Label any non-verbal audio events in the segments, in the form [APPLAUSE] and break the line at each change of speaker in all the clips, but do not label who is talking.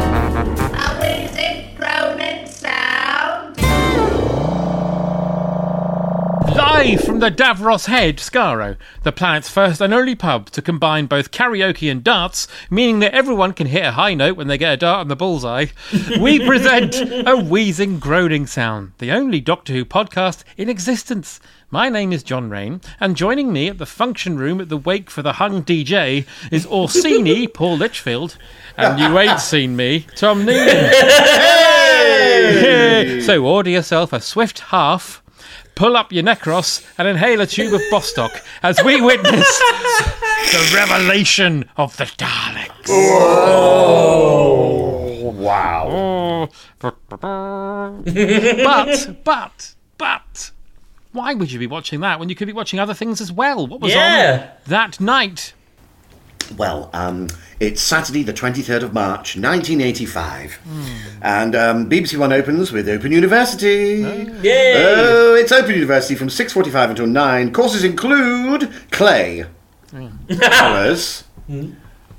Always in Cronin Sound.
Live from the Davros Head, Scaro, the planet's first and only pub to combine both karaoke and darts, meaning that everyone can hit a high note when they get a dart on the bullseye, we present a wheezing, groaning sound, the only Doctor Who podcast in existence. My name is John Rain, and joining me at the function room at the Wake for the Hung DJ is Orsini Paul Litchfield, and you ain't seen me, Tom Needham. so order yourself a swift half, pull up your necros, and inhale a tube of Bostock as we witness the revelation of the Daleks. [LAUGHS] Wow. But, but, but, why would you be watching that when you could be watching other things as well? What was
Yeah.
on that
[LAUGHS]
night?
Well, um, it's Saturday, the 23rd of March, 1985. And um, BBC One opens with Open University.
Yay!
Oh, it's Open University from 6.45 until 9. Courses include clay, colours,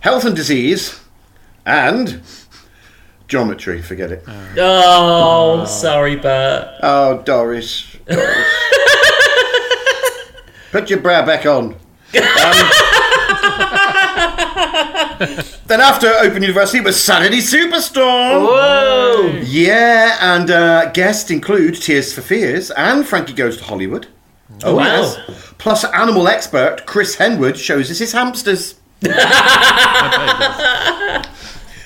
health and disease, and geometry. Forget it.
Oh, sorry, Bert.
Oh, Doris. Doris. Put your brow back on. Um, then after Open University it was Sanity Superstorm.
Whoa!
Yeah, and uh, guests include Tears for Fears and Frankie Goes to Hollywood. Oh,
Wow.
yes. Plus, animal expert Chris Henwood shows us his hamsters.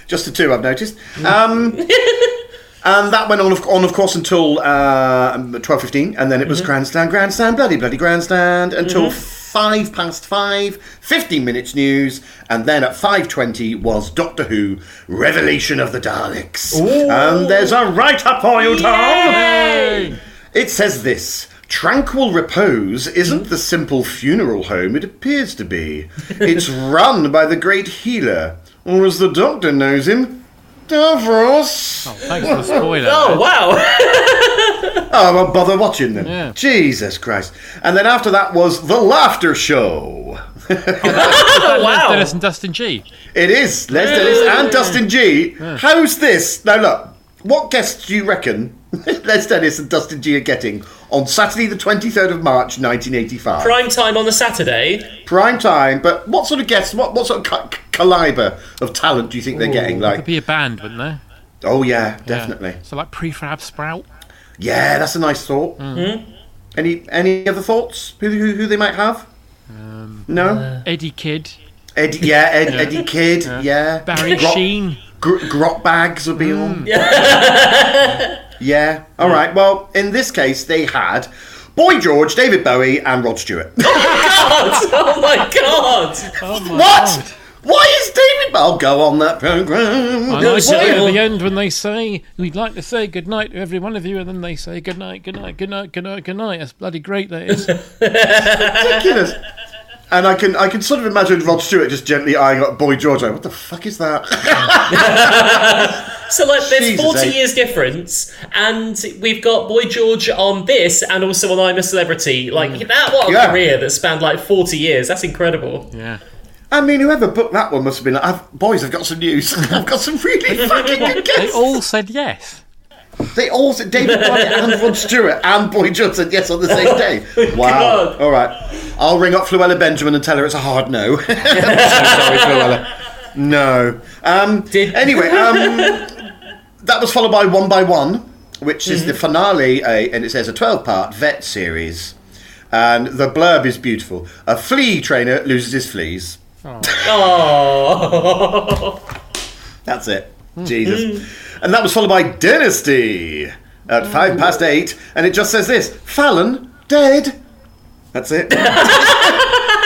Just the two I've noticed. Um, [LAUGHS] and that went on, of, on of course, until uh, 12.15, and then it was grandstand, grandstand, bloody, bloody grandstand, until five past five, 15 minutes news, and then at 5.20 was Doctor Who, Revelation of the Daleks. And there's a write-up for you, Tom! It says this. Tranquil repose isn't the simple funeral home it appears to be. It's run by the great healer, or as the doctor knows him, Davros.
Thanks for the spoiler.
Oh, wow!
Oh, well, bother watching them.
Yeah.
Jesus Christ. And then after that was The Laughter Show. [LAUGHS]
That's
wow.
Dennis and Dustin G.
It is Les Dennis and Dustin G. How's this? Now, look, what guests do you reckon [LAUGHS] Les Dennis and Dustin G are getting on Saturday, the 23rd of March, 1985?
[LAUGHS] Prime time on the Saturday.
prime time. But what sort of guests? What what sort of c- caliber of talent do you think they're getting?
Could
Like,
be a band, wouldn't there?
oh yeah, definitely.
Yeah. So like prefab sprout.
Yeah, that's a nice thought.
Hmm.
Any any other thoughts? Who who, who they might have?
Um,
no,
Eddie Kidd,
Eddie. Yeah,
[LAUGHS]
Ed, Eddie Kidd. Yeah,
Barry
Grot-
Sheen. Hmm.
Gr- grot bags would be on. Yeah. [LAUGHS] yeah. All right. Well, in this case, they had Boy George, David Bowie, and Rod Stewart.
Oh my god!
[LAUGHS] what? Why is David? I'll go on that program.
I like
so-
it at the end when they say, "We'd like to say good night to every one of you," and then they say, "Good night, good night, good night, good night, good night." That's bloody great. That is.
ridiculous. And I can I can sort of imagine Rod Stewart just gently eyeing up Boy George. Like, what the fuck is that? [LAUGHS]
So, like, there's
Jesus,
40
eh?
years difference, and we've got Boy George on this and also on I'm a Celebrity. Like, that, what a
Mm. Yeah.
career that spanned like 40 years. That's incredible.
yeah.
I mean, whoever booked that one must have been like, I've, boys, I've got some news. [LAUGHS] I've got some really fucking good
They
guests.
all said yes.
They all said
[LAUGHS]
David Bowie and Rod Stewart and Boy George said yes on the same day. Wow.
Oh God.
All right. I'll ring up Fluella Benjamin and tell her it's a hard
[LAUGHS]
no. [LAUGHS] I'm so sorry, Fluella. No. Um,
Did- [LAUGHS]
anyway, um, that was followed by One by One, which is
Mm-hmm.
the finale, uh, and it says a 12 part vet series. And the blurb is beautiful. A flea trainer
[LAUGHS]
loses his fleas.
Oh.
That's it.
Hmm.
Jesus. And that was followed by Dynasty at five past eight, and it just says this Fallon dead. That's it. [COUGHS]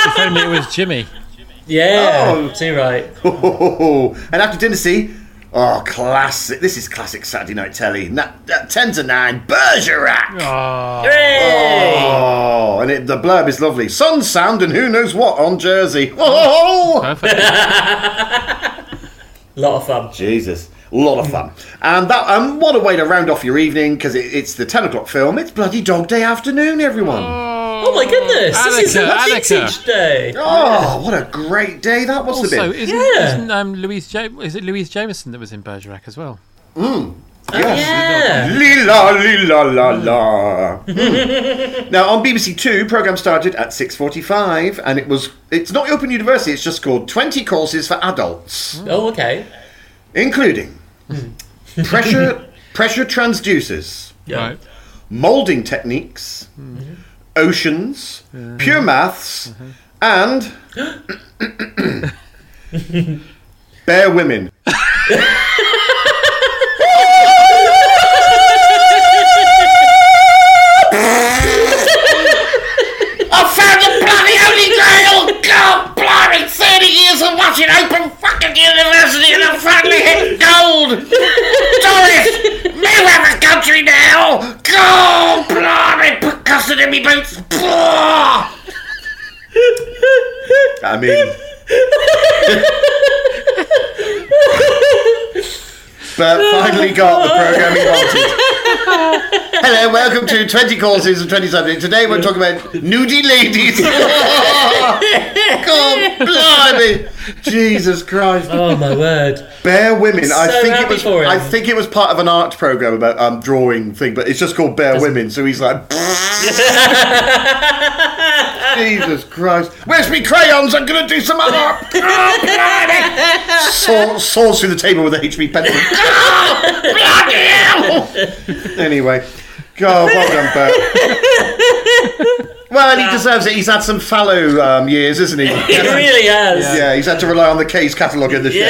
If only it was Jimmy.
Yeah,
Oh.
too right.
Oh, and after Dynasty, oh, classic. This is classic Saturday night telly. Na- uh, 10 to 9, Bergerac.
Hooray!
Oh, and it, the blurb is lovely. Sun, sound, and who knows what on Jersey. [LAUGHS] Oh,
Perfect.
Lot of fun.
Jesus. Lot of fun. And that, um, what a way to round off your evening because it, it's the 10 o'clock film. It's bloody dog day afternoon, everyone.
Oh my goodness, this is a
Annika,
vintage
Annika.
day.
Oh, what a great day that must
also,
have been.
isn't,
Yeah.
isn't um, Louise ja- is it Louise Jameson that was in Bergerac as well?
Yeah.
Lila, lila, la, la. Hmm. now on BBC Two, program started at six forty-five, and it was. It's not Open University. It's just called Twenty Courses for Adults,
Oh, okay.
including pressure pressure transducers,
Yeah.
Right.
molding techniques, oceans, pure maths, and bare women.
I found the bloody holy grail! God, blimey, 30 years of watching Open fucking University and I finally hit gold! Doris, me have a country now! God, blimey, Picasso in me boots! Blah!
I mean. but finally got the program he wanted. Hello, welcome to 20 courses and 20 subjects. Today we're talking about nudie ladies. [LAUGHS] God blimey. Jesus Christ.
Oh my word.
Bear Women. I
so
think it
happy
was
for him.
I think it was part of an art program about um, drawing thing, but it's just called Bear Women, so he's
[LAUGHS]
like Jesus Christ. Where's me crayons? I'm gonna do some art.
[LAUGHS]
Oh, Saw, saws through the table with a HP
[LAUGHS]
pencil. anyway, God, well done, Bert.
[LAUGHS]
Well, he deserves it. He's had some fallow um, years, isn't he?
[LAUGHS] It really has.
Yeah, he's had to rely on the K's catalogue in the show.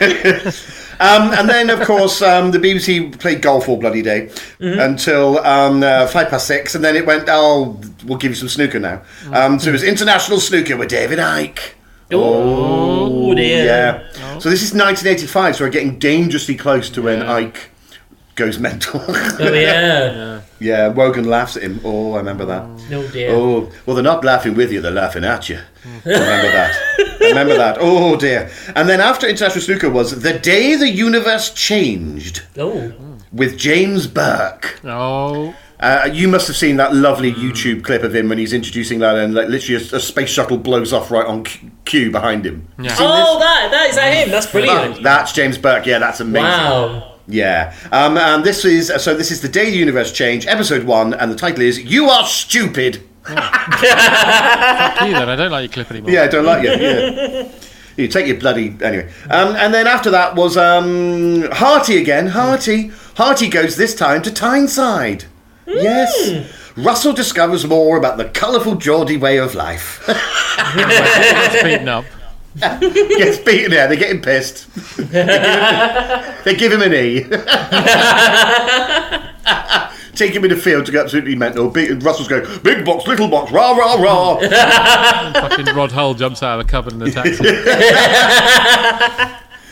um, and then, of course, um, the BBC played golf all bloody day until um, uh, five past six, and then it went, oh, we'll give you some snooker now. Um, so it was International Snooker with David Icke.
Oh, dear.
Yeah. So this is 1985, so we're getting dangerously close to when Ike goes mental. [LAUGHS]
Oh yeah.
yeah, Wogan laughs at him. Oh, I remember that.
Oh dear.
Oh, well, they're not laughing with you, they're laughing at you. Remember that. Remember that. Oh, dear. And then after International Snooker was The Day the Universe Changed
Oh.
with James Burke.
Oh,
Uh, you must have seen that lovely YouTube clip of him when he's introducing that, and like, literally a, a space shuttle blows off right on cu- cue behind him.
Oh, that that is that him. That's
That-
brilliant.
that's James Burke. Yeah, that's amazing.
Wow.
Yeah. Um, and this is so. This is the day the universe changed, episode one, and the title is "You Are Stupid."
you then. I don't like your clip anymore.
Yeah, I don't like you. Yeah. You take your bloody anyway. Um, and then after that was um, Harty again. Harty. Harty goes this time to Tyneside. Yes. Russell discovers more about the colourful Geordie way of life. [LAUGHS]
It's beaten up.
Gets beaten there. They're getting pissed. they give him an E. [LAUGHS] Take him in the field to go absolutely mental. Beat, and Russell's going, big box, little box, rah, rah, rah.
Fucking Rod Hull jumps out of a cupboard in the taxi.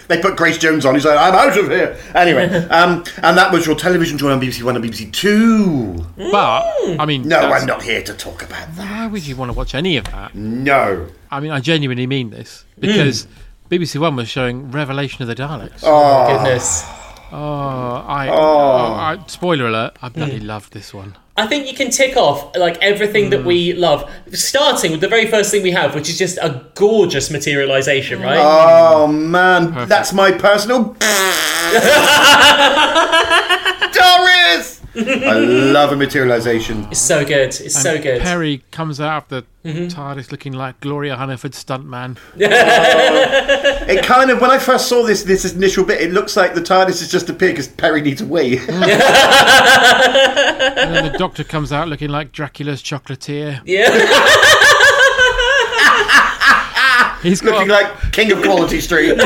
They put Grace Jones on. He's like, I'm out of here. Anyway, um, and that was your television show on BBC One and BBC Two.
But I mean,
No,
that's-
I'm not here to talk about that.
Why would you want to watch any of that?
No.
I mean, I genuinely mean this because BBC One was showing Revelation of the Daleks.
Goodness.
Oh, I, oh, I- spoiler alert! I bloody
Mm.
loved this one.
I think you can tick off like everything
Hmm.
that we love, starting with the very first thing we have, which is just a gorgeous materialization,
Hmm.
right?
Oh man, that's my personal. Doris. I love a materialization.
it's so good. It's so good. Mm-hmm.
Perry comes out of the TARDIS looking like Gloria Hunniford stuntman.
It kind of when I first saw this this initial bit, it looks like the TARDIS has just appeared because Perry needs a wee. [LAUGHS]
And
[LAUGHS]
then the Doctor comes out looking like Dracula's chocolatier.
yeah. [LAUGHS]
He's got
Looking like King of Quality Street.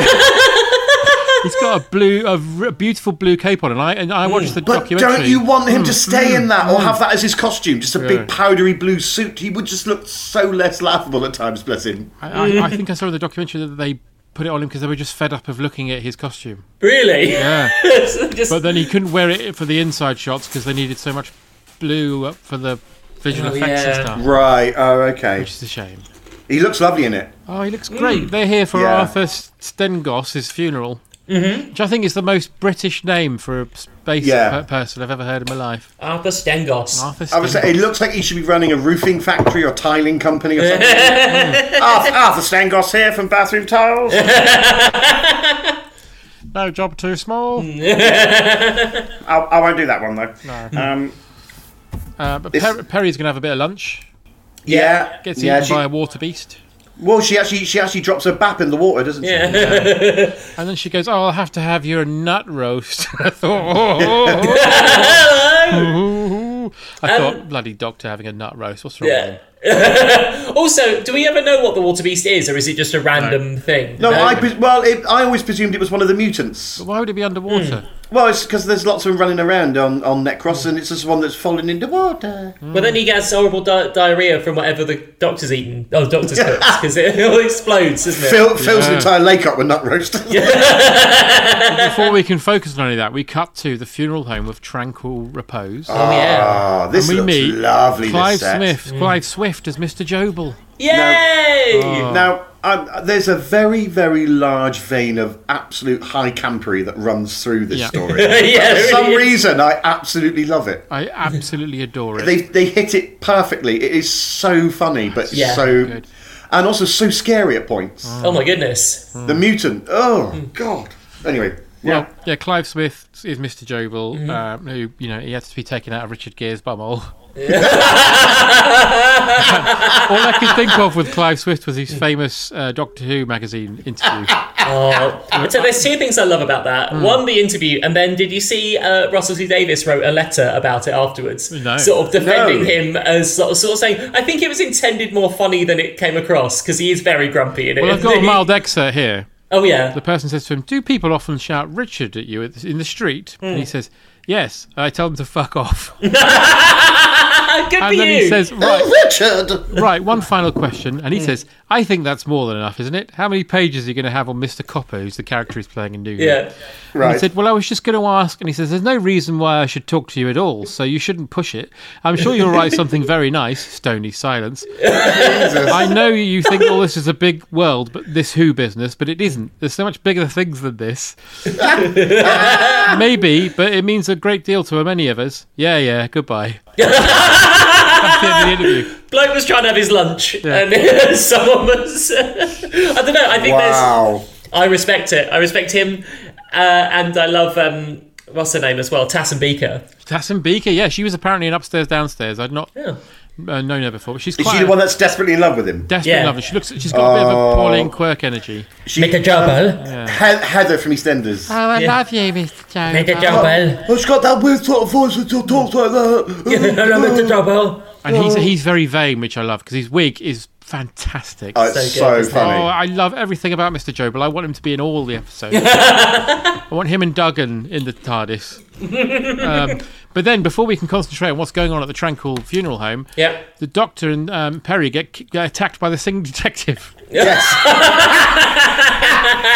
got a blue, a r- beautiful blue cape on, and I and
Mm.
I watched the
But
documentary. Mm,
don't you want him to stay in that or have that as his costume? Just a big powdery blue suit. He would just look so less laughable at times, bless him.
I, I,
Mm.
I think I saw in the documentary that they put it on him because they were just fed up of looking at his costume.
Really?
Yeah.
[LAUGHS] So just-
But then he couldn't wear it for the inside shots because they needed so much blue up for the visual
Oh,
effects
yeah.
and stuff.
Right, oh, okay.
Which is a shame.
He looks lovely in it.
Oh, he
Mm.
looks great. They're here for
Yeah.
Arthur Stengos's funeral, mm-hmm. which I think is the most British name for a space
Yeah.
per- person I've ever heard in my life.
Arthur Stengos. [LAUGHS]
Arthur
I would say
Stengos.
it looks like he should be running a roofing factory or tiling company
[LAUGHS]
or something.
Mm.
Arthur, Arthur Stangos here from
[LAUGHS]
Bathroom Tiles.
No job too small.
Mm.
I, I won't do that one though.
Hmm.
Um,
Uh, but per- Perry's going to have a bit of lunch.
yeah,
Gets
yeah.
eaten
She,
by a water beast.
well, she actually she actually drops her bap in the water, doesn't she?
And then she goes, Oh, I'll have to have your nut roast. [LAUGHS] I thought, "Oh, oh, oh." I thought, bloody doctor having a nut roast. What's wrong with him?
[LAUGHS] also, do we ever know what the water beast is, or is it just a random thing?
No, I pres- well, it, I always presumed it was one of the mutants.
Why would it be underwater?
Well, it's because there's lots of them running around on on
Hmm.
Necros, and it's just one that's fallen into water.
But then he gets horrible di- diarrhea from whatever the doctor's eaten. Oh, doctor's cooks because it [LAUGHS] all explodes, doesn't it?
Fill, fills an entire lake up with nut roast.
Before we can focus on any of that, we cut to the funeral home of tranquil repose.
oh yeah!
[LAUGHS] Ah, this
we
looks
meet
lovely.
Clive
this set.
Smith, Clive Swift as Mr. Jobel.
Yay!
Now, um, there's a very, very large vein of absolute high campery that runs through
[LAUGHS]
this
Yeah.
story.
Yeah,
For
it
some
really is.
reason, I absolutely love it.
I absolutely adore it.
They they hit it perfectly. It is so funny, but
Yeah.
so
Good. Mm.
and also so scary at points.
Oh my goodness!
The mutant. Oh God. Anyway, yeah.
Well, yeah, Clive Smith is Mr. Jobel,
Mm-hmm.
um, who, you know, he had to be taken out of Richard Gere's [LAUGHS]
[LAUGHS]
bumhole. All I could think of with Clive Swift was his famous uh, Doctor Who magazine
[LAUGHS]
interview.
So there's two things I love about that. One, the interview, and then did you see uh, Russell T Davis wrote a letter about it afterwards,
No.
sort of defending
No.
him as sort of, sort of saying, I think it was intended more funny than it came across because he is very grumpy in it.
Well, I've got a mild excerpt here.
[LAUGHS] oh yeah,
[LAUGHS] The person says to him, Do people often shout Richard at you at- in the street?
Hmm.
And he says, Yes, I tell them to fuck
[LAUGHS]
off. And
Ah, [LAUGHS] good
then
for you. Hmm.
he says, Right,
Richard.
Right, one final question. And he says, I think that's more than enough, isn't it? How many pages are you going to have on Mr. Copper, who's the character he's playing in New Year?
yeah.
Right.
I said, Well, I was just going to ask. And he says, There's no reason why I should talk to you at all, so you shouldn't push it. I'm sure you'll write something very nice, [LAUGHS] stony silence. I know you think all this is a big world, but this Who business, but it isn't. There's so much bigger things than this. Maybe, but it means a great deal to many of us. Yeah, yeah,
[LAUGHS]
goodbye. That's the end of the interview.
Bloke was trying to have his lunch, and [LAUGHS] someone was. I don't know. I think
wow.
there's. I respect it. I respect him, uh, and I love um, what's her name as well, Tassin Beaker.
Tassin Beaker, yeah, she was apparently an upstairs downstairs. I'd not
Yeah.
uh, known her before, but she's
Is
quite
she the one that's desperately in love with him?
desperate
Yeah. Oh.
lover. She looks, she's got a bit of a Pauline Quirk energy.
She,
Make a jumble.
He- Heather from EastEnders.
Oh, I love you, Mr. Jones.
Make
[LAUGHS]
a jumble.
Oh, she's got that weird sort of voice that just talks like that.
Hello, Mr. Jumble.
And he's he's very vain, which I love because his wig is fantastic.
Oh, it's
So good,
so,
isn't
Oh,
it?
funny.
I love everything about Mr. Jobel. I want him to be in all the episodes.
[LAUGHS]
I want him and Duggan in the TARDIS. Um, but then, before we can concentrate on what's going on at the tranquil funeral home,
Yeah.
the Doctor and um, Perry get, ki- get attacked by the singing detective. [LAUGHS]
Yes.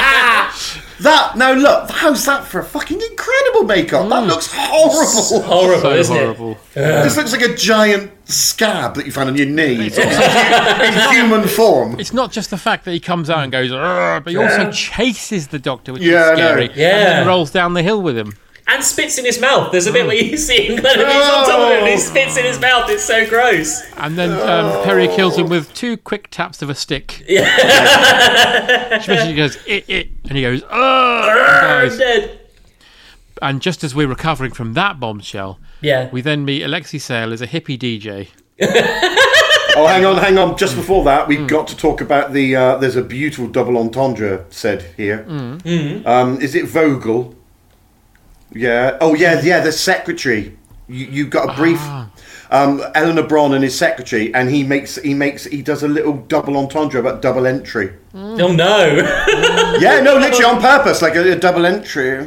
that now look, how's that for a fucking incredible makeup?
Mm.
That looks horrible.
Horrible,
So
Oh, isn't it?
horrible.
This looks like a giant scab that you found on your knee.
[LAUGHS]
It's also in human form.
It's not just the fact that he comes out and goes, "Arr," but he also chases the doctor, which
Hmm. Yeah, I
is scary.
know.
And
Yeah.
then rolls down the hill with him.
And spits in his mouth. There's a bit where you see him [LAUGHS] kind of he's on top of it and he
No.
spits in his mouth. It's so gross.
And then um, Perry kills him with two quick taps of a
[LAUGHS]
stick. she basically goes, it, it, and he goes, oh,
I'm dead.
and just as we're recovering from that bombshell,
Yeah.
we then meet Alexi Sale as a hippie DJ.
Oh, hang on, hang on. Just before that, we've got to talk about the. Uh, there's a beautiful double entendre said here.
Mm-hmm.
Um, is it Vogel? Yeah. Oh, yeah, yeah. The secretary. You, you got a brief. um, Eleanor Bron and his secretary, and he makes he makes he does a little double entendre about double entry.
Oh no!
Yeah, no, literally on purpose, like a, a double entry.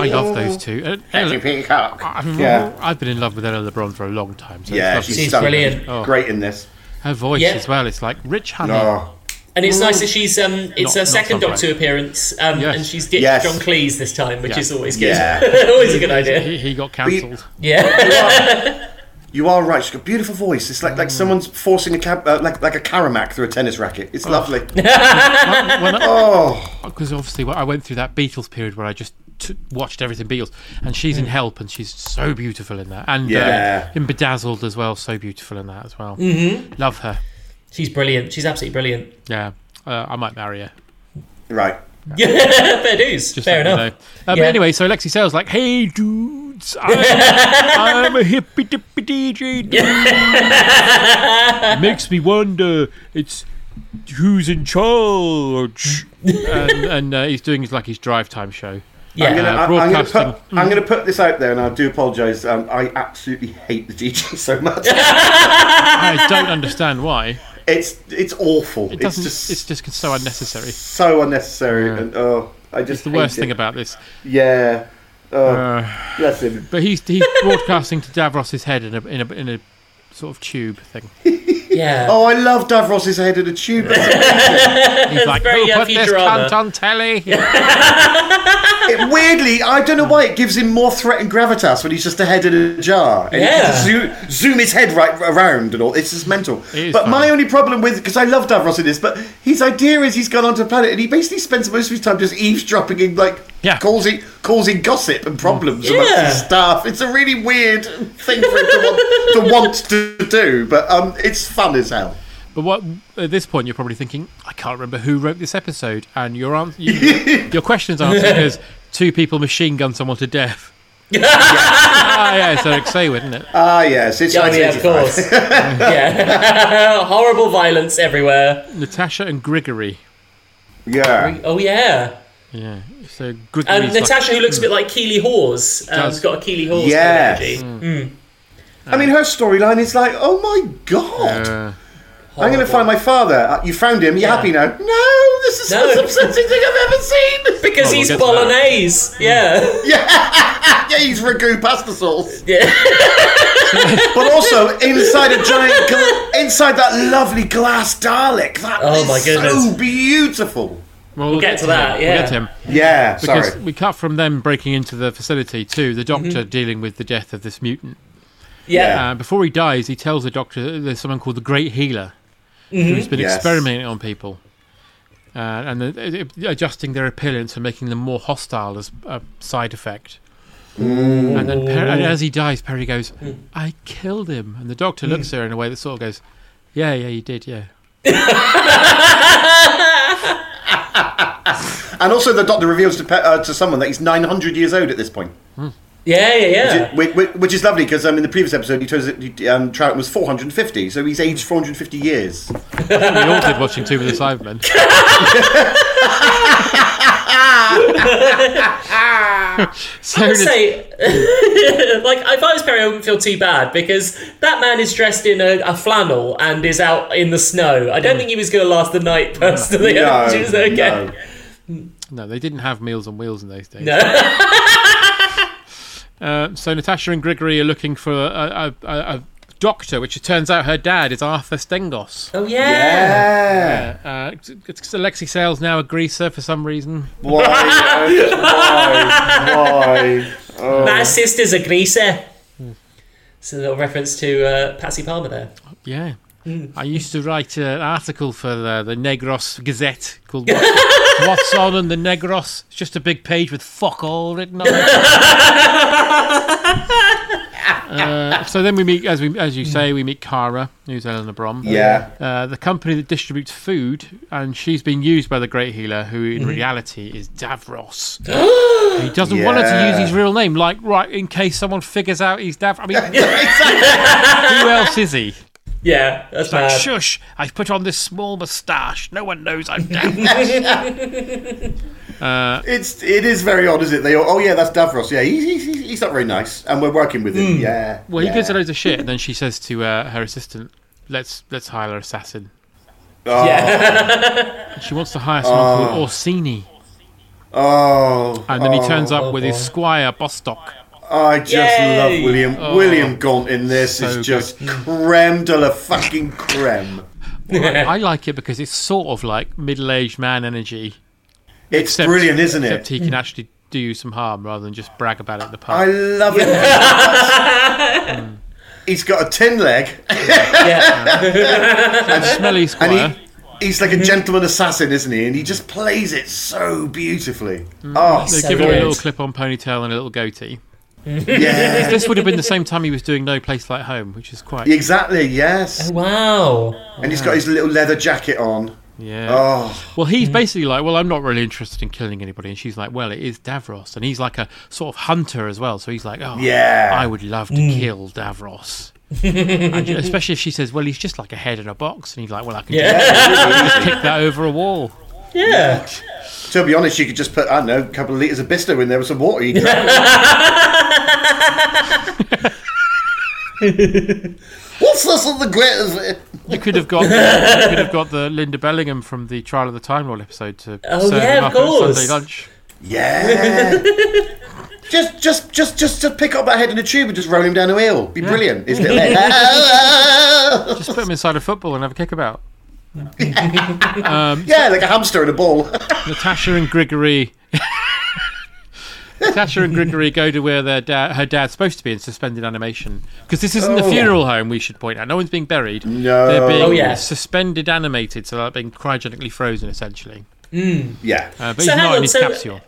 I love those two. Uh, Ele-
Peacock.
I've,
Yeah.
I've been in love with Eleanor LeBron for a long time. So
Yeah,
Ah, it's lovely.
she's,
She's
stunning.
brilliant.
Oh.
Great in this.
her voice
Yeah.
as well. It's like rich honey.
Oh.
and it's nice that she's um,
Not-
it's her
not
second
Tom
Doctor
Brady.
appearance, um,
Yes.
and she's ditched
Yes.
John Cleese this time, which
Yeah.
is always good.
Yeah.
[LAUGHS] always a good
[LAUGHS]
idea.
He, he got cancelled.
Yeah,
You are right. She's got a beautiful voice. It's like
Mm.
like someone's forcing a cab, uh, like like a Karamak through a tennis racket. It's
[LAUGHS]
lovely. oh,
Because obviously, when I went through that Beatles period where I just t- watched everything Beatles, and she's in Help, and she's so beautiful in that, and
Mm. Yeah.
uh, in Bedazzled as well, so beautiful in that as well. Mm-hmm. Love her.
she's brilliant. She's absolutely brilliant. [LAUGHS]
Yeah, uh, I might marry her.
right.
Fair dues.
Just
Fair
let you
enough.
know. Uh,
Yeah.
But anyway, so Alexi Sale's like, "Hey dudes,
[LAUGHS]
I'm, I'm a hippy dippy DJ. Dude. It makes me wonder. It's who's in
[LAUGHS]
charge." and and uh, he's doing his like his drive time show.
Yeah.
I'm gonna,
Uh,
I- I'm gonna
broadcasting. Mm.
put I'm gonna put this out there, and I do apologise. Um, I absolutely hate the DJ [LAUGHS] so
[LAUGHS]
much.
I don't understand why.
it's it's awful.
It
it's
doesn't.
just
it's just so unnecessary.
so unnecessary, and oh, I just
It's the
hate
worst
it.
thing about Uh. this.
yeah. Oh, bless him.
But he's he's broadcasting to Davros's head in a in a in a sort of tube thing.
[LAUGHS] [LAUGHS] Yeah.
Oh, I love Davros's head in a tube.
[LAUGHS] He's like,
very,
"Who
uh,
put this
Futurama."
cunt on
[LAUGHS]
telly?"
It- weirdly, I don't know why it gives him more threat and gravitas when he's just a head in a jar. And
Yeah.
he can zo- zoom his head right around and all. It's just mental.
is
but my
funny.
only problem with because I love Davros in this, but his idea is he's gone onto a planet and he basically spends most of his time just eavesdropping and like
Yeah.
causing causing gossip and problems amongst
Yeah.
his staff. It's a really weird thing for him to want to, want to do, but um, it's fun as hell.
But what at this point you're probably thinking, I can't remember who wrote this episode, and your ans-
[LAUGHS]
you, your question's answered because two people machine gun someone to
[LAUGHS]
death. ah, yeah, it's Eric Sayward, isn't it?
Ah, yes, it's
Yeah, I mean, of
1985.
course. [LAUGHS] yeah. [LAUGHS] Horrible violence everywhere.
Natasha and Grigory.
Yeah.
Oh yeah.
Yeah, so
And
Grigory's like, Hmm.
Natasha, who looks a bit like Keely Hawes, um,
Does. Hmm.
has got a Keely Hawes
Yes.
energy.
I mean, her storyline is like, oh my god.
uh,
I'm going to find my father. Uh, You found him. You
Yeah.
happy now? No, this is the
No.
most upsetting thing I've ever seen.
Because
we'll
he's
get to that.
Bolognese.
Hmm.
Yeah.
yeah, he's ragu pasta sauce. Yeah. [LAUGHS] but also inside a giant, gla- inside that lovely glass Dalek. That
Oh
is
my goodness.
so beautiful.
well, we'll
get to that,
him.
yeah.
We'll get to him.
Yeah,
Because
sorry.
we cut from them breaking into the facility to the doctor
Mm-hmm.
dealing with the death of this mutant.
Yeah.
Uh, before he dies, he tells the doctor that there's someone called the Great Healer who's been
Mm-hmm. Yes.
experimenting on people uh, and the, it- adjusting their appearance and making them more hostile as a side effect.
Mm.
And then per- and as he dies, Perry goes,
Hmm.
I killed him. And the doctor looks at her in a way that sort of goes, Yeah, yeah, you did, yeah.
And also, the doctor reveals to, pe- uh, to someone that he's 900 years old at this point,
Yeah, yeah, yeah.
which, which, which is lovely because um, in the previous episode, he tells it, um, Trout was 450, so he's aged 450 years.
We all did watching Tomb of the
[LAUGHS]
Cybermen. so
I would
did-
say, [LAUGHS] like, if I was Perry, I wouldn't feel too bad because that man is dressed in a, a flannel and is out in the snow. I don't think he was going to last the night personally. I think [LAUGHS] she was okay.
no.
No, they didn't have Meals on Wheels in those days. [LAUGHS] uh, so Natasha and Grigory are looking for a, a, a, a doctor, which it turns out her dad is Arthur Stengos.
Oh yeah.
Yeah.
Uh, it's- it's Alexi Sales now a greaser for some reason.
Why? why? Why?
My sister's a greaser. It's a little reference to uh, Patsy Palmer there.
Yeah.
Mm.
I used to write uh, an article for the, the Negros Gazette
[LAUGHS]
called What's, What's On and the Negros. It's just a big page with fuck all written on
[LAUGHS]
it. Uh, so then we meet, as we as you say, we meet Cara, who's Eleanor Brom.
Yeah.
Uh, the company that distributes food, and she's been used by the Great Healer, who
Mm-hmm.
in reality is
[GASPS]
Davros. he doesn't want her to use his real name, like right in case someone figures out he's Davros. I
[LAUGHS]
mean, who else is he?
Yeah, that's
Uh,
Like,
bad.
[LAUGHS]
shush! I've put on this small moustache. No one knows I'm Davros.
It's it is very odd, is it? They all, oh yeah, that's Davros. Yeah, he's, he's, he's- he's not very nice, and we're working with him. Yeah.
Hmm. Well, he
yeah.
gives her loads of shit, and then she says to uh, her assistant, "Let's let's hire an assassin."
Oh.
Yeah.
And she wants to hire someone called Orsini,
Oh,
and then he turns up
oh
with his
boy.
squire
[LAUGHS]
Bostock.
I just
Yay.
love William. William Gaunt in this
Oh. So Hmm.
is just creme de la fucking creme.
I like it because it's sort of like middle-aged man energy,
It's
Except-
brilliant, isn't
except
it?
he can actually do some harm rather than just brag about it at the
I
pub.
love it.
[LAUGHS]
He's got a tin leg,
Smelly
and
squire.
he. He's like a gentleman assassin, isn't he? And he just plays it so beautifully. Oh,
They
So
give him a
good.
little clip-on ponytail and a little goatee.
yeah.
This would have been the same time he was doing No Place Like Home, which is quite
Exactly,
Oh,
yes.
wow.
And he's got his little leather jacket on.
yeah.
Oh,
Well, he's basically like, well, I'm not really interested in killing anybody, and she's like, well, it is Davros, and he's like a sort of hunter as well, so he's like, oh,
Yeah.
I would love to kill Davros, And you- especially if she says, well, he's just like a head in a box, and he's like, well, I can just kick that over a wall.
Yeah.
to be honest, you could just put, I don't know, a couple of litres of Bisto in there with some water. You'd drink it.
[LAUGHS]
What's this on the grit
You could have got, you could have got the Linda Bellingham from the Trial of the Time Lord episode to
Oh,
serve
yeah,
him
of
up at
course.
Sunday lunch.
Yeah. [LAUGHS] just, just, just, just, just pick up that head in a tube and just roll him down a hill. Be brilliant, isn't
[LAUGHS]
it? Like, [LAUGHS]
Just put him inside a football and have a kick about.
yeah, like a hamster in a ball.
Natasha and
[LAUGHS]
Grigory. Natasha and Grigory go to where their dad, her dad's supposed to be in suspended animation. Because this isn't a funeral home, we should point out. No one's being buried.
Oh. No.
They're being
Oh, yeah.
suspended animated, so they're being cryogenically frozen, essentially.
yeah.
Uh, but
So
he's
hang
not in
on,
his
so-
capsule.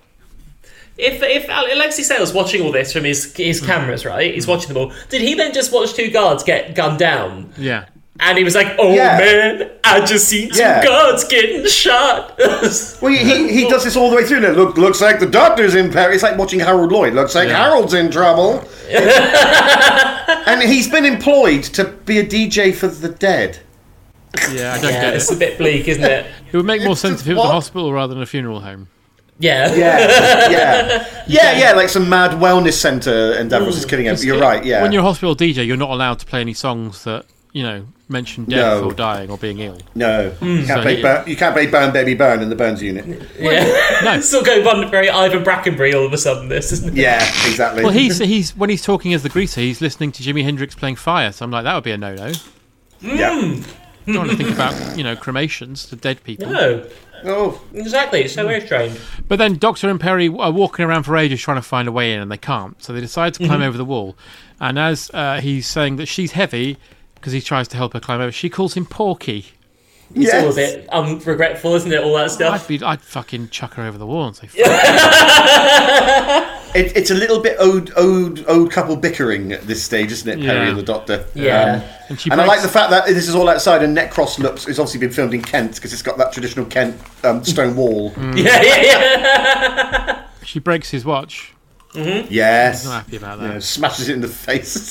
If if Alexi Sale's watching all this from his his cameras, right? He's watching them all. Did he then just watch two guards get gunned down?
Yeah.
And he was like, "Oh
Yeah.
man, I just seen two
Yeah.
guards getting shot." [LAUGHS]
Well, he, he, he does this all the way through. And it look, looks like the doctor's in peril. It's like watching Harold Lloyd. Looks like
Yeah.
Harold's in trouble. and he's been employed to be a DJ for the dead.
Yeah, I don't
yeah,
get
it's
it.
a bit bleak, isn't it?
It would make more sense if it was a
What?
hospital rather than a funeral home.
Yeah.
Yeah, yeah, yeah, yeah. Like some mad wellness centre, and Davros is killing him. You're right. Yeah.
When you're a hospital DJ, you're not allowed to play any songs that, you know, mention death
No.
or dying or being ill.
no, you can't
So
play.
he-
Burn, you can't play Burn Baby Burn in the Burns unit.
[LAUGHS]
No.
It's all going on very Ivan Brackenbury all of a sudden. This isn't it?
Yeah, exactly. [LAUGHS]
Well, he's he's when he's talking as the greaser, he's listening to Jimi Hendrix playing Fire. So I'm like, that would be a no-no.
yeah.
Don't want to think about you know cremations to dead people.
[LAUGHS] No, Mm.
Oh,
exactly. It's so very strange.
But then Doctor and Perry are walking around for ages trying to find a way in, and they can't. So they decide to climb over the wall. And as uh, he's saying that she's heavy because he tries to help her climb over, she calls him Porky.
It's all a
Yes.
bit um, regretful, isn't it? All that
I'd
stuff.
be I'd fucking chuck her over the wall and say,
it, it's a little bit old, old, old couple bickering at this stage, isn't it? Perry
Yeah.
and the Doctor. Um,
Yeah.
and she
and I like
breaks-
the fact that this is all outside, and Necros looks. It's obviously been filmed in Kent because it's got that traditional Kent
[LAUGHS]
um, stone wall.
Mm.
[LAUGHS] Yeah, yeah, yeah.
she breaks his watch.
Yes,
I'm happy about that.
You know, smashes it in
[LAUGHS]
the face.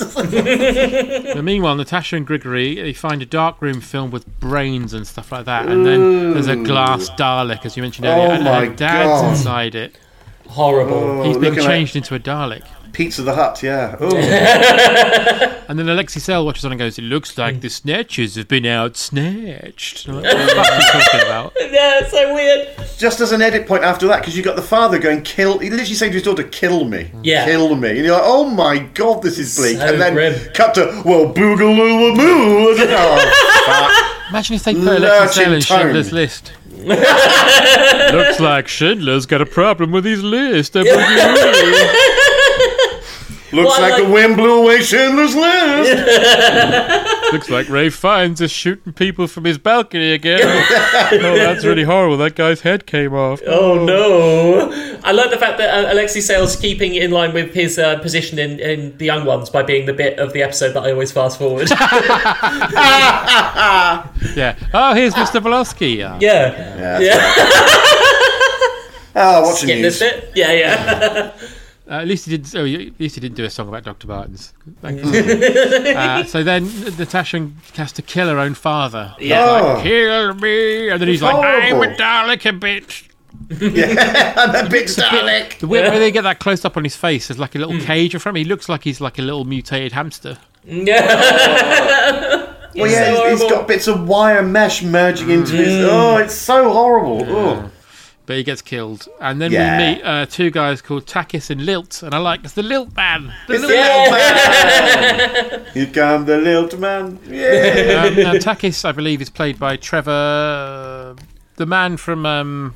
But meanwhile, Natasha and Grigory they find a dark room filled with brains and stuff like that, and then there's a glass Dalek, as you mentioned earlier,
Oh
and her
my
dad's
God. Oh,
inside it.
Horrible.
He's been
looking at-
changed into a Dalek.
Pizza the Hut. Yeah. Ooh.
And then Alexi Sale watches on and goes, It looks like the snatchers have been out snatched. And I'm like, [LAUGHS] What the fuck are you talking about?
[LAUGHS] Yeah, it's so weird.
Just as an edit point after that, because you got the father going kill. He literally saying to his daughter, "Kill me,
Yeah.
kill me," and you're like, "Oh my god, this is bleak."
So
and then
grim.
cut to well, boogaloo moo.
[LAUGHS]
Oh,
Imagine if they put Alexi
Lurching
Sale in
tone.
Schindler's List. [LAUGHS] looks like Schindler's got a problem with his list. They're boogie-woogie.
fuck. Looks
Well,
like, the
like-
wind blew away Schindler's
[LAUGHS]
List.
Looks like Ray Fiennes is shooting people from his balcony again. oh, that's really horrible. That guy's head came off.
Oh no! I like the fact that uh, Alexi Sale's keeping in line with his uh, position in, in The Young Ones by being the bit of the episode that I always fast forward. [LAUGHS]
Yeah. Oh, here's Uh, Mr. Velosky. Yeah.
yeah.
yeah. oh, watching
Get
news.
this bit? Yeah, yeah. [LAUGHS]
Uh, at least he did. Oh, at least he didn't do a song about Doctor Barton's. Thank God. uh, so then Natasha has to kill her own father.
Yeah.
Oh.
Kill me, and then he's
horrible.
like, "I'm a Dalek, a bitch."
Yeah, I'm a big Dalek.
The way where they get that close up on his face is like a little cage in front of him. He looks like he's like a little mutated hamster.
Well, yeah,
so
he's- he's got
horrible. Mm.
bits of wire mesh merging into his. Oh, it's so horrible. Oh.
But he gets killed. And then
Yeah.
we meet uh, two guys called Takis and Lilt. And I like, it's the Lilt man. The
It's
Lilt
the little man.
[LAUGHS]
Here come the little man. Yeah.
um, now, Takis, I believe, is played by Trevor, the man from. Um,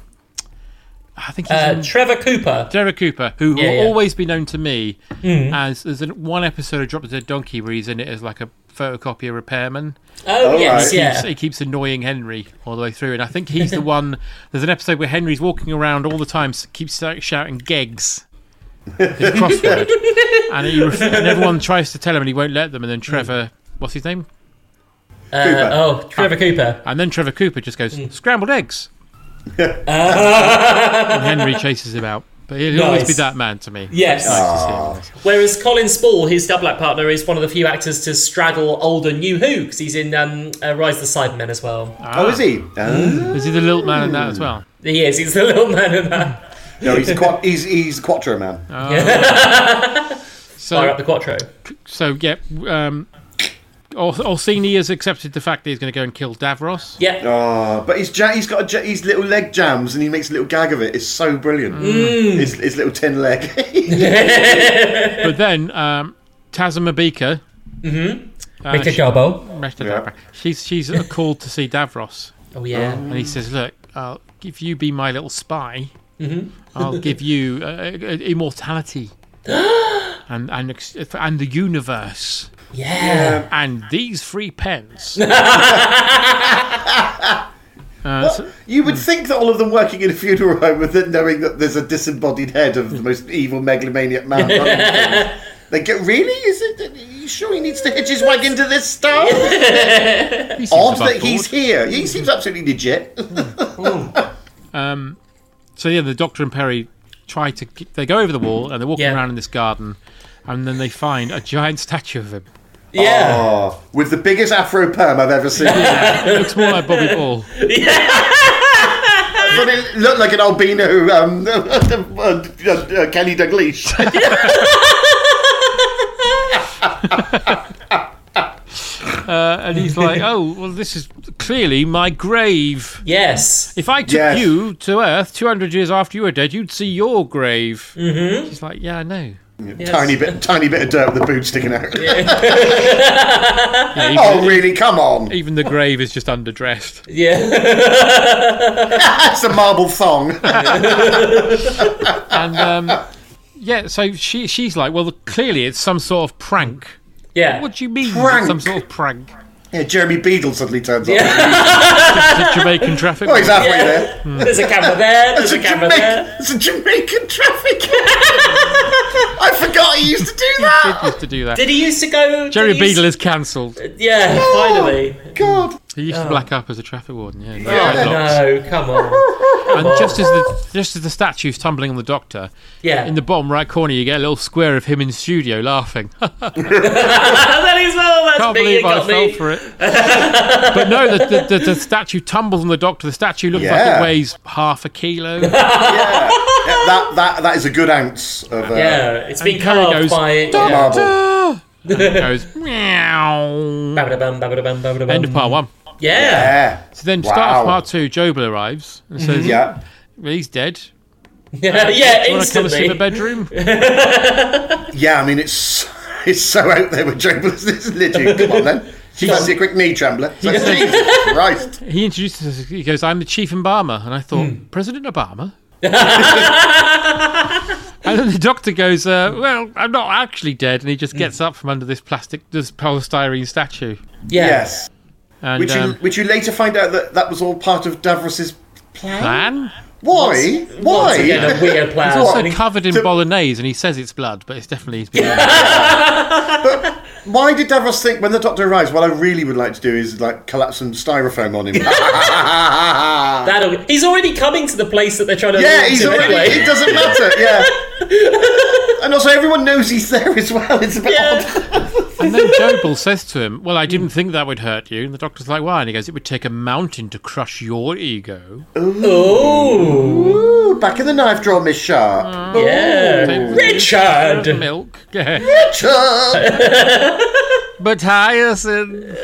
I think he's
Uh,
in
Trevor Cooper.
Trevor Cooper, who
Yeah,
will
yeah. Mm.
always be known to me as there's an, one episode of Drop the Dead Donkey where he's in it as like a photocopier repairman.
Oh,
All
yes,
right.
yeah.
keeps- he keeps annoying Henry all the way through, and I think
[LAUGHS]
he's the one. There's an episode where Henry's walking around all the time, s- keeps like, shouting "Gegs." His crossword,
[LAUGHS] Uh,
and, he ref- and everyone tries to tell him, and he won't let them. And then Trevor, what's his name?
Uh, oh, Trevor Cooper.
And then Trevor Cooper just goes
Mm.
scrambled
[LAUGHS]
eggs, and Henry chases him out. But he'll always be
Nice.
that man to me.
Yes.
Ah.
Nice to see him.
Whereas Colin Spall, his double act partner, is one of the few actors to straddle older New Who because he's in um, uh, Rise of the Sidemen as
Ah.
well.
Oh, is he? Oh.
Is he the little man in that as well?
He is. He's the [LAUGHS] little man in that.
No, he's a quad, he's he's Quattro man.
Fire
So,
up the Quattro.
so yeah. Um, Or- Orsini has accepted the fact that he's going to go and kill Davros.
Yeah.
Oh, but he's ja- he's got a ja- he's little leg jams and he makes a little gag of it. It's so brilliant.
Mm.
His, his little tin leg. [LAUGHS]
But then um, Tazma Beaker,
Make a Garbo.
Mr. she's she's called to see Davros,
Oh, yeah.
and he says, "Look, I'll, if you be my little spy, Mm-hmm. [LAUGHS] I'll give you uh, uh, [GASPS] immortality." And and ex- uh, and the universe
yeah.
and these three [LAUGHS] pens.
you would think that all of them working in a funeral home, with it, knowing that there's a disembodied head of the most evil megalomaniac man, running things, they go, really? Is it? Are you sure he needs to hitch his wagon to this star?
He seems
Odd
above
that he's
board.
here. He seems absolutely legit.
So yeah, the Doctor and Perry try to k- they go over the wall and they're walking
Yeah.
around in this garden, and then they find a giant statue of him.
Yeah.
Oh, with the biggest afro perm I've ever seen.
It looks more like [LAUGHS] Bobby Ball.
but it looked like an albino um, [LAUGHS] uh, uh, Kenny Dalglish.
and he's like, "Oh, well, this is clearly my grave.
Yes.
If I took
Yes.
you to Earth 200 years after you were dead, you'd see your grave." Mm-hmm. She's like, "Yeah, I know."
tiny bit, tiny bit of dirt with the boot sticking out.
Yeah, even,
[LAUGHS] Oh, really? Come on.
even the grave is just underdressed.
Yeah. [LAUGHS]
That's a marble thong. [LAUGHS]
And um, yeah, so she she's like, "Well, clearly it's some sort of prank."
Yeah.
What do you mean,
Prank?
some sort of prank?
yeah, Jeremy Beadle suddenly turns up.
Is it Jamaican traffic.
Oh, he's halfway there.
There's a camera there.
It's
There's a
a,
camera there.
Jamaican, it's a Jamaican traffic. I forgot he used to do that.
[LAUGHS]
used to do that.
Did he used to go?
Jerry
did he used-
Beadle is cancelled.
Yeah. Finally.
Oh, God.
He used to black up as a traffic warden. Yeah.
No. Come on.
And just as the just as the statue's tumbling on the doctor,
Yeah.
in the bottom right corner, you get a little square of him in studio laughing.
And then he's well. That's
can't
me.
believe
you
I
got
fell
me.
for
[LAUGHS]
it. but no, the, the, the, the statue tumbles on the doctor. The statue looks like
Yeah.
it weighs half a
[LAUGHS]
kilo.
Yeah. Yeah, that, that, that is a good ounce of uh,
Yeah. It's been
Harry
carved
goes,
by. Yeah.
marble.
It goes meow.
Babadabum, babadabum, babadabum.
End of part one.
Yeah.
Yeah.
So then, start of
Wow. Mm-hmm.
part two. Jobel arrives and says,
Yeah.
well, "He's dead.
[LAUGHS] Yeah.
Do you want to come and see the
instantly. [LAUGHS]
bedroom?"
Yeah, I mean, it's [LAUGHS] it's so out there with [LAUGHS] Jamblers. It's legit. Come on, then.
[LAUGHS]
She's a quick knee trembler. It's like, Jesus Christ.
He introduces us. He goes, "I'm the chief embalmer," and I thought,
Hmm.
President
[LAUGHS]
Obama. [LAUGHS] and then the doctor goes, uh, "Well, I'm not actually dead," and he just gets
Hmm.
up from under this plastic, this polystyrene statue.
Yeah.
Yes.
And
Which you,
um,
which you later find out that that was all part of Davros's plan.
plan?
Why?
Once again, a
Why?
weird plan.
It's also
And he-
covered in bolognese, and he says it's blood, but it's definitely his blood.
Why did Davros think when the doctor arrives, what I really would like to do is like collapse some styrofoam on him?
That'll. He's already coming to the place that they're trying to.
yeah,
lure
he's
to
already.
Anyway.
It doesn't matter. Yeah. and also, everyone knows he's there as well. It's a bit
[LAUGHS] Yeah.
odd.
And then Jobel says to him, Well,
Mm.
I didn't think that would hurt you. And the doctor's like, Why? And he goes, It would take a mountain to crush your ego.
Oh,
Ooh, back in the knife drawer, Miss
Uh-huh.
Sharp.
yeah, Richard.
Milk. [LAUGHS] Yeah. But Hyacinth.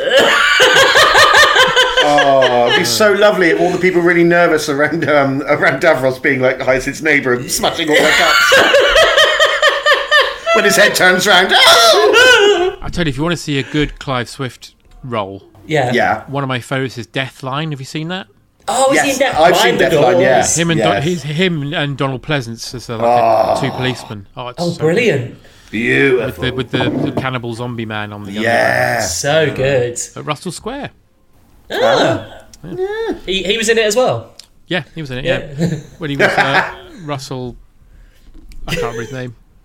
Oh, it'd be so lovely if all the people really nervous around um, around Davros being like Hyacinth's neighbour and smashing all their cups. when his head turns round. Oh!
I tell you, if you want to see a good Clive Swift role,
Yeah.
yeah.
one of my favourites is Death Line. Have you seen that?
Oh, is
Yes,
he that
I've
behind
seen
the
Deathline,
doors?
yeah.
Him and
Yes.
Don- he's him and Donald Pleasance as the like, the two policemen. Oh, it's
Oh,
so
brilliant.
good. The- with the, the cannibal zombie man on the other
Yeah.
So good.
at Russell Square.
He, he was in it as well.
Yeah, he was in it. Yeah, when he was uh, Russell, I can't remember his name.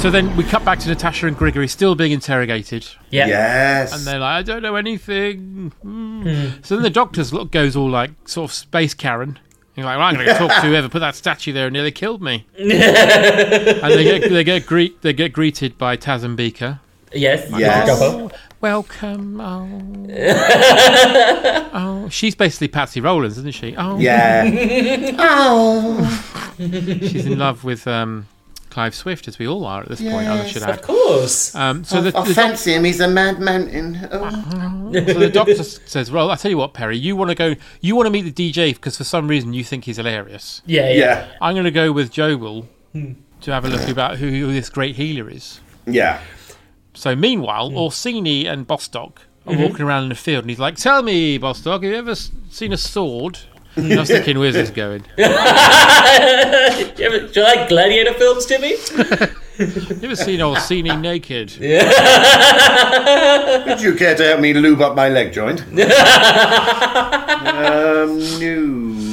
So then we cut back to Natasha and Grigory still being interrogated,
Yeah.
Yes.
and they're like, "I don't know anything." Hmm. So then the doctor's look goes all like sort of space Karen. You're like, well, I'm going to talk to whoever put that statue there and nearly killed me. and they get they get greet they get greeted by Taz and Beaker.
Yes.
Yes.
Oh,
Couple.
Welcome.
[LAUGHS]
Oh. oh, she's basically Patsy Rollins, isn't she? Oh,
Yeah. Oh,
she's in love with um, Clive Swift, as we all are at this point. I should
Of
add.
course.
Um, so, the,
I
the doc-
fancy him. He's a mad mountain. Oh.
so the doctor s- says, "Well, I tell you what, Perry, you want to go, you want to meet the DJ because for some reason you think he's hilarious.
yeah, Hmm. yeah.
Yeah.
I'm going to go with Jobel to have a look about who, who this great healer is."
Yeah.
So
Hmm.
meanwhile, Orsini and Bostock are
Mm-hmm.
walking around in the field, and he's like, "Tell me, Bostock, have you ever s- seen a sword?" And I
[LAUGHS]
was thinking, "Where's this going?"
You ever- do you like gladiator films,
[LAUGHS]
Jimmy?
You ever seen Orsini naked?
Would you care to help me lube up my leg
[LAUGHS]
joint? um, no.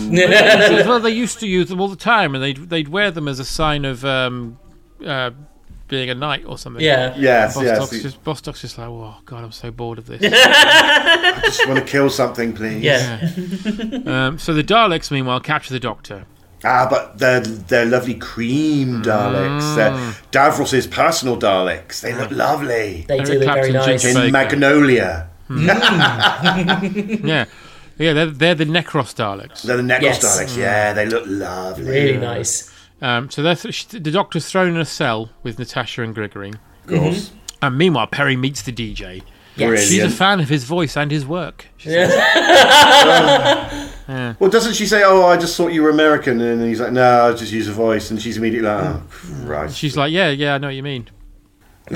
He says, well, they used to use them all the time, and they'd they'd wear them as a sign of um, uh, being a knight or something.
[LAUGHS] Yeah.
Yes,
Bostock's,
yes. You
just, Bostock's just like, oh god, I'm so bored of
[LAUGHS]
this.
just want to kill something, please.
Yeah.
um, so the Daleks, meanwhile, capture the Doctor.
Ah, but they're, they're lovely cream Daleks. They're Davros's personal Daleks. They look lovely.
They
Eric
do look very
Clapton,
nice.
Ginger
In
Baker.
Magnolia.
Yeah, yeah, they're, they're the Necros Daleks.
They're the Necros
Yes.
Daleks. Yeah, they look lovely.
Really nice.
Um, so they're th- the Doctor's thrown in a cell with Natasha and Grigory,
Of course.
and meanwhile, Perry meets the DJ. She's a
Brilliant.
fan of his voice and his work. She's
Well, doesn't she say, "Oh, I just thought you were American," and he's like, "No, I just use a voice," and she's immediately like, "Oh, Christ."
she's like, yeah, yeah, I know what you mean.
But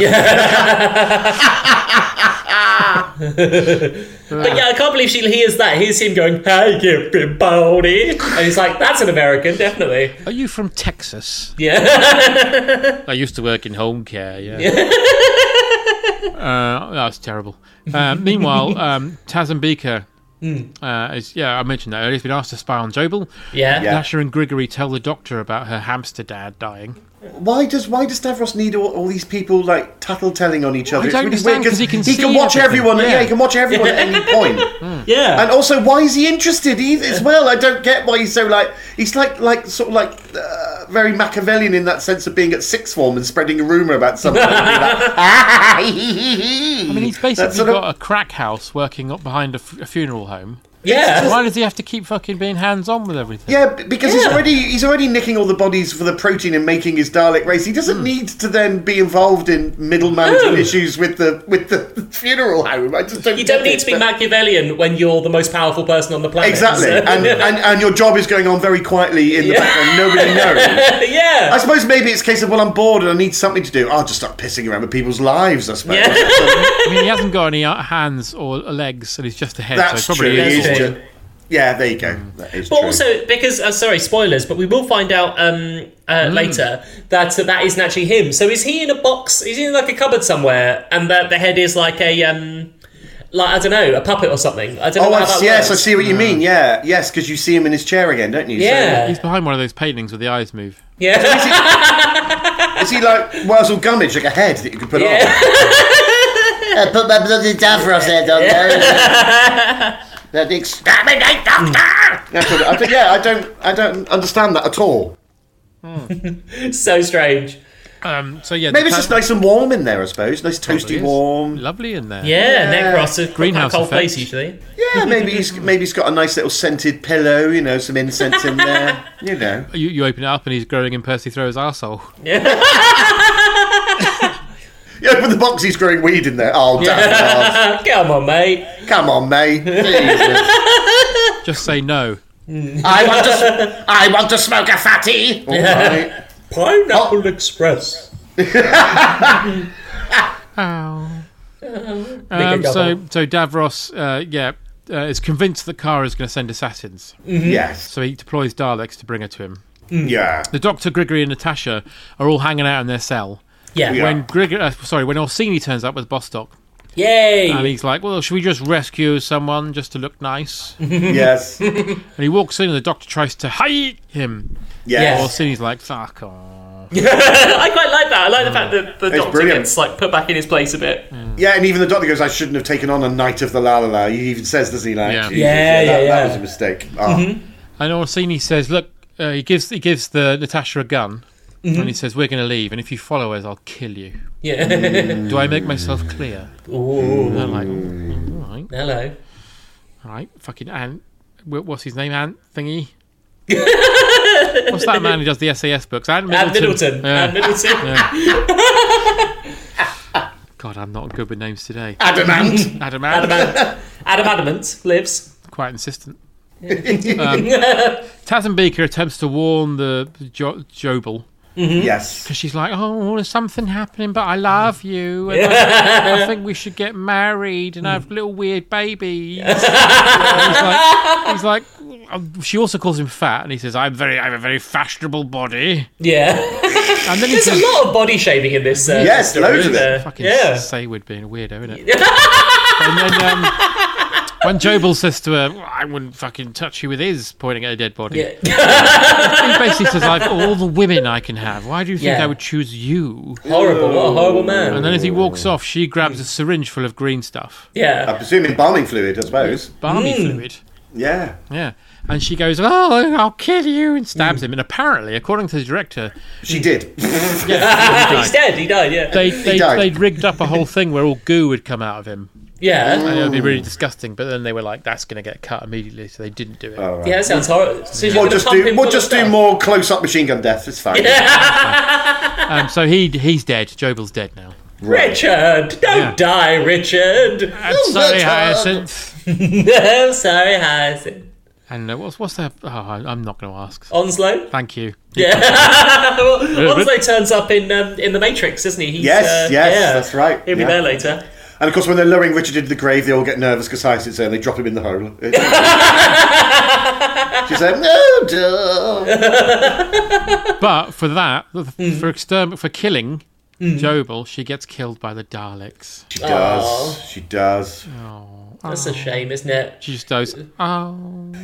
yeah, I can't believe she hears that. Here's him going, "Hey, you big baldy," and he's like, "That's an American, definitely."
Are you from Texas?
[LAUGHS]
Yeah,
I used to work in home care. Yeah. [LAUGHS] oh,
[LAUGHS]
uh, that was terrible. Uh, meanwhile, um, Taz and Beaker
Hmm.
Uh, it's, yeah, I mentioned that earlier. He's been asked to spy on Jobel.
Yeah.
Yeah.
Dasher and Grigory tell the doctor about her hamster dad dying.
Why does why does Davros need all, all these people like tattle telling on each other?
don't understand, 'cause he can
he can
see
watch
everything.
everyone. Yeah.
Yeah. Hmm.
he can watch everyone
[LAUGHS]
at any point.
Yeah.
And also, why is he interested either, as well? I don't get why he's so like he's like like sort of like uh, very Machiavellian in that sense of being at sixth form and spreading a rumor about
[LAUGHS]
something. and being like, "Ah, hee, hee, hee, hee."
I mean, he's
That
basically
Hmm. sort of-
got a crack house working up behind a, f- a funeral home.
yeah.
Why does he have to keep fucking being hands on with everything?
Yeah, b- because he's already he's already nicking all the bodies for the protein and making his Dalek race. He
Hmm.
doesn't need to then be involved in middleman issues with the with the [LAUGHS] funeral home. I just don't
You don't
get
need
it,
to be
but-
Machiavellian when you're the most powerful person on the planet.
Exactly,
so-
and, and and your job is going on very quietly in the background.
[LAUGHS]
Nobody knows.
[LAUGHS] yeah.
I suppose maybe it's a case of well, I'm bored and I need something to do. I'll just start pissing around with people's lives. I suppose.
[LAUGHS]
I mean, he hasn't got any uh, hands or legs, and he's just a head.
That's
so it
true.
probably
It
Is
is
true.
ju- yeah, there you go. That is
But
true.
also because uh, sorry, spoilers, but we will find out um, uh,
Mm.
later that uh, that isn't actually him. So is he in a box? Is he in like a cupboard somewhere? And that the head is like a um, like I don't know, a puppet or something. I don't
oh,
know
I
how that
see- yes, I
works.
see what you mean. Yeah, yes, because you see him in his chair again, don't you? So-
Yeah,
He's behind one of those paintings where the eyes move.
yeah.
Is he like Wurzel Gummidge, like a head that you could put [LAUGHS] on? I Uh, put my bloody Davros head on there. [LAUGHS] that exterminate doctor. That's what, I don't, yeah, I don't, I don't understand that at all. [LAUGHS]
[LAUGHS] so strange.
Um, so yeah,
Maybe
the
it's just
plant-
nice and warm in there. I suppose nice, toasty,
Yes.
warm.
Lovely in there.
Yeah, Necros is
Greenhouse
greenhouse cold
effect.
[LAUGHS]
place usually.
Yeah, maybe he's maybe he's got a nice little scented pillow. You know, some incense in there. You know.
You, you open it up and he's growing in Percy Throw's arsehole.
Yeah, but the box he's growing weed in there. Oh, damn!
[LAUGHS] Come on, mate.
Come on, mate. Jesus.
Just say no.
I want to. s- I want to smoke a fatty.
All right.
Pineapple Express.
Um,
double.
so so Davros, uh, yeah, uh, is convinced that Kara is going to send assassins.
Yes.
So he deploys Daleks to bring her to him.
[LAUGHS] Yeah.
The Doctor, Grigory, and Natasha are all hanging out in their cell.
Yeah.
Yeah.
When Grigor, uh, sorry, when Orsini turns up with Bostock,
Yay.
and he's like, "Well, should we just rescue someone just to look nice?" and
Yes.
he walks in, and the Doctor tries to hate him.
Yes.
Orsini's like, "Fuck off."
[LAUGHS] I quite like that. I like the fact that the doctor
Mm. brilliant.
gets like put back in his place a bit.
Yeah, and even the doctor goes, I shouldn't have taken on a Knight of the La La La. He even says, doesn't he? Like,
Yeah.
Jesus, that,
Yeah, yeah,
that
yeah. Mm-hmm,
was a mistake. Ah.
And Orsini says, "Look," uh, he gives he gives the Natasha a gun, and he says, "We're going to leave, and if you follow us, I'll kill you."
Yeah.
Do I make myself clear?
[LAUGHS] Ooh.
And I'm like, "Mm, all right,
Hello.
all right, fucking Ant. wh- What's his name? Ant [LAUGHS] thingy. What's that man who does the SAS books? Ant Middleton.
And Middleton.
[LAUGHS] Yeah.
And Middleton.
God, I'm not good with names today.
Adamant!
Adam Ant.
[LAUGHS] Adamant. Adam Adamant lives.
quite [LAUGHS] insistent. um, Taz and Beaker attempts to warn the jo- Jobel
yes.
mm-hmm.
because she's like, "Oh, there's something happening, but I
Mm.
love you,
[LAUGHS]
and I, I think we should get married and
Mm.
have little weird babies."
[LAUGHS]
And he's like, he's like um, she also calls him fat, and he says, "I'm very, I have a very fashionable body,"
Yeah. [LAUGHS]
and then he [LAUGHS]
There's
says,
a lot of body shaming in this. Uh,
Yes, loads of it.
fucking
Yeah.
Saywood being a weirdo,
[LAUGHS]
isn't it? and then um, when Jobel says to her, "Well, "I wouldn't fucking touch you with his," pointing at a dead body, he basically says, "I've got all the women I can have. Why do you think
Yeah.
I would choose you?"
[LAUGHS] horrible. What a horrible man.
And then as he walks off, she grabs a syringe full of green stuff,
yeah.
I'm presuming balming fluid, I suppose.
barmy fluid.
Yeah.
Yeah. And she goes, "Oh, I'll kill you," and stabs him. And apparently, according to the director,
She did.
Mm-hmm. Ah, He's dead. He died. Yeah.
they they
died.
they rigged up a whole thing where all goo would come out of him.
yeah.
And it would be really disgusting. But then they were like, "That's going to get cut immediately," so they didn't do it.
Yeah. That sounds horrible. So you're
We'll
gonna
just
pump
do, we'll
him full of
just do
stuff.
more close up machine gun death. It's fine.
Um, so he he's dead. Jobel's dead now.
Richard, don't die, Richard. [LAUGHS]
I'm sorry, Hyacinth.
No, sorry, Hyacinth.
And uh, what's what's that? Oh, I- I'm not going to ask.
Onslow.
Thank you.
Well, Onslow turns up in um, in the Matrix, isn't he? He's,
Yes,
uh,
yes,
yeah.
that's right,
He'll be
yeah.
there later.
And of course, when they're lowering Richard into the grave, they all get nervous because Hyacinth's there and they drop him in the
[LAUGHS]
hole. She's like, no, duh.
But for that, for exterm- for killing Jobel, she gets killed by the Daleks.
She does. She does.
That's
Oh.
a shame, isn't it?
She just goes, oh,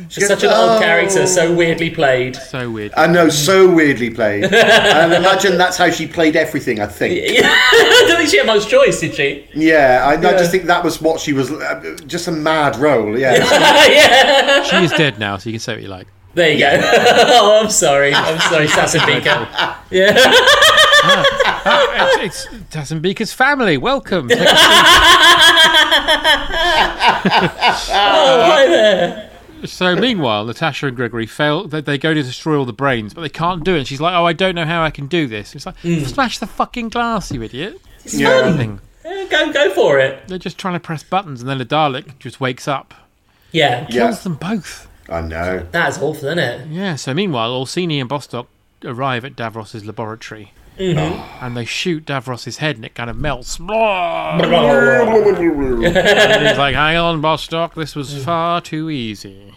She's such an odd
"Oh."
character, so weirdly played. [LAUGHS]
so weird.
I know, so weirdly played. and I imagine that's how she played everything. I
[LAUGHS]
think.
I don't think she had much choice, did she?
Yeah, I, I just think that was what she was. uh, Just a mad role. Yeah.
[LAUGHS] [LAUGHS] yeah.
she is dead now, so you can say what you like.
There you go. [LAUGHS] oh, I'm sorry. I'm sorry, [LAUGHS] Sasabika.
Ah, it's, it's Tassenbeaker's family. Welcome. Take a
Oh, hi there.
So meanwhile, Natasha and Gregory fail. They, they go to destroy all the brains, but they can't do it. She's like, "Oh, I don't know how I can do this." It's like,
Hmm.
smash the fucking glass, you idiot!
yeah.
Thing.
Eh, Go, go for it.
They're just trying to press buttons, and then a Dalek just wakes up,
Yeah.
Yeah.
kills them both.
I know.
That's awful, isn't it?
Yeah. So meanwhile, Orsini and Bostock arrive at Davros's laboratory, and they shoot Davros's head, and it kind of melts. and he's like, "Hang on, Bostock, this was far too easy."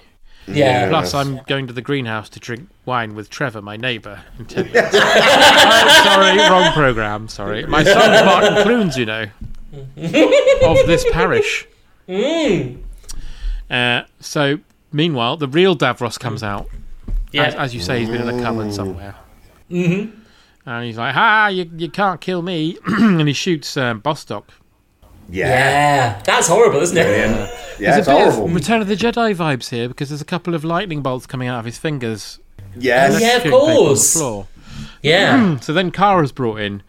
Yeah.
Plus, I'm going to the greenhouse to drink wine with Trevor, my neighbour. in 10 minutes. Oh, sorry, wrong programme. Sorry. My son's Martin Clunes, you know, of this parish. Uh, so, meanwhile, the real Davros comes out.
Yeah.
As, as you say, he's been in a cupboard somewhere. Mm-hmm. And he's like, "Ha! You, you can't kill me!" [CLEARS THROAT] and he shoots um, Bostock.
Yeah.
yeah. That's horrible, isn't it?
Yeah. It's
a bit
horrible.
of Return of the Jedi vibes here because there's a couple of lightning bolts coming out of his fingers.
Yes.
Yeah, of
electrocuting people on the
course.
floor.
Yeah.
So then Kara's brought in,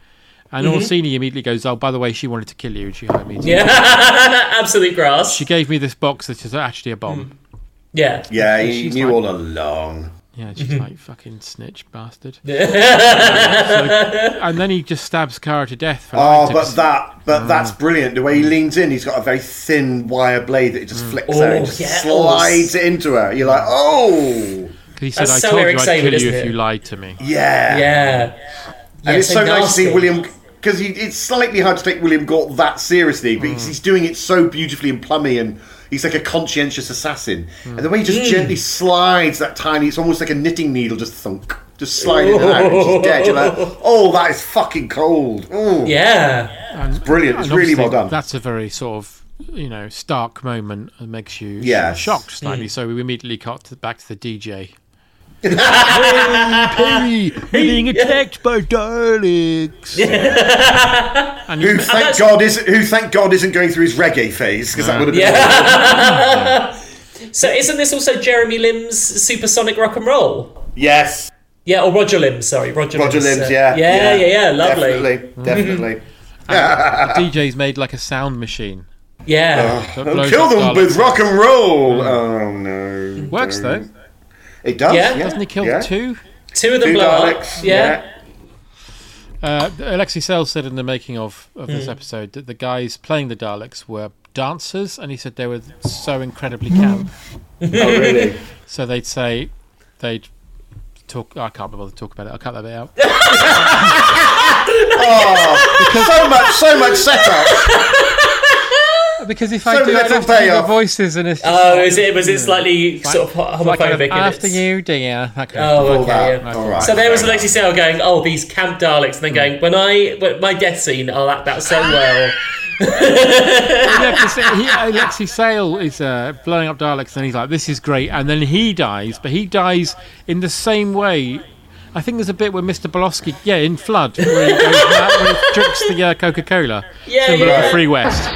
and
Mm-hmm.
Orsini immediately goes, "Oh, by the way, she wanted to kill you, and she hired me. to-"
Absolute grass.
She gave me this box that is actually a bomb."
Mm-hmm. Yeah.
Yeah, he
She's
knew
like-
all along.
Yeah, and she's
Mm-hmm.
like, "Fucking snitch
[LAUGHS]
bastard." So- and then he just stabs Kara to death. For
Oh,
lying to
but
us.
that, but that's brilliant. The way he leans in, he's got a very thin wire blade that it just flicks out
Oh,
and just
yeah.
slides it into her. You're like, oh,
'Cause he said,
That's
"I
so
told
Eric
you I'd
Saban,
kill you
isn't
if
it?
you lied to me."
yeah,
Yeah.
And it's so nice to see
nasty.
William because it's slightly hard to take William Gort that seriously, but
Hmm.
he's, he's doing it so beautifully and plummy, and he's like a conscientious assassin.
Hmm.
And the way he just gently slides that tiny, it's almost like a knitting needle, just thunk, just sliding it out, and she's dead. You're
[LAUGHS]
like, oh, that is fucking cold. Oh,
Yeah.
it's brilliant. It's
And
really well
obviously,
done.
That's a very sort of you know stark moment and makes you
Yes.
shocked slightly. So we immediately cut to, back to the
[LAUGHS]
DJ. hey, Perry, we're being attacked by
[LAUGHS]
Daleks. and
Who
you,
thank God is who thank God isn't going through his reggae phase because that would have been
Ah. Yeah. [LAUGHS] so isn't this also Jeremy Lim's supersonic rock and roll?
yes
Yeah, or Roger Lim, sorry. Roger,
Roger
Lim's,
Limbs
uh,
yeah
Yeah, yeah, yeah. Lovely. Mm-hmm.
definitely definitely
the DJ's made like a sound machine.
Yeah.
that
Don't
blows
kill
up
them
Daleks.
with rock and roll oh no
Works though.
it does
Yeah.
yeah,
Doesn't he kill
yeah.
two?
Two of them
two
blow up.
Daleks
Yeah.
Uh, Alexei Sales said in the making of, of this episode that the guys playing the Daleks were dancers, and he said they were so incredibly camp.
yeah. oh really
So they'd say, they'd talk. I can't bother to talk about it. I'll cut that bit out.
[LAUGHS] so much so much [LAUGHS] setup
[LAUGHS] Because if
So
I do, I'd
little
have to do the
payoff.
voices and it's just
Oh, is it was it slightly sort of
like kind
homophobic?
of,
in its-
after you, dear. That kind of-
Oh, okay.
that.
yeah.
All right.
So there was
Fair
Alexi Sale going, "Oh, these camp Daleks,"
Hmm.
and then going, "When I when my death scene, I'll act that so
Ah,
well."
yeah, 'cause he, Alexi Sale is uh, blowing up Daleks, and he's like, "This is great," and then he dies, but he dies in the same way. I think there's a bit where Mr. Bolosky, yeah, in Flood, where he, goes, out and he drinks the uh, Coca Cola,
Yeah,
symbol of
yeah.
the Free West.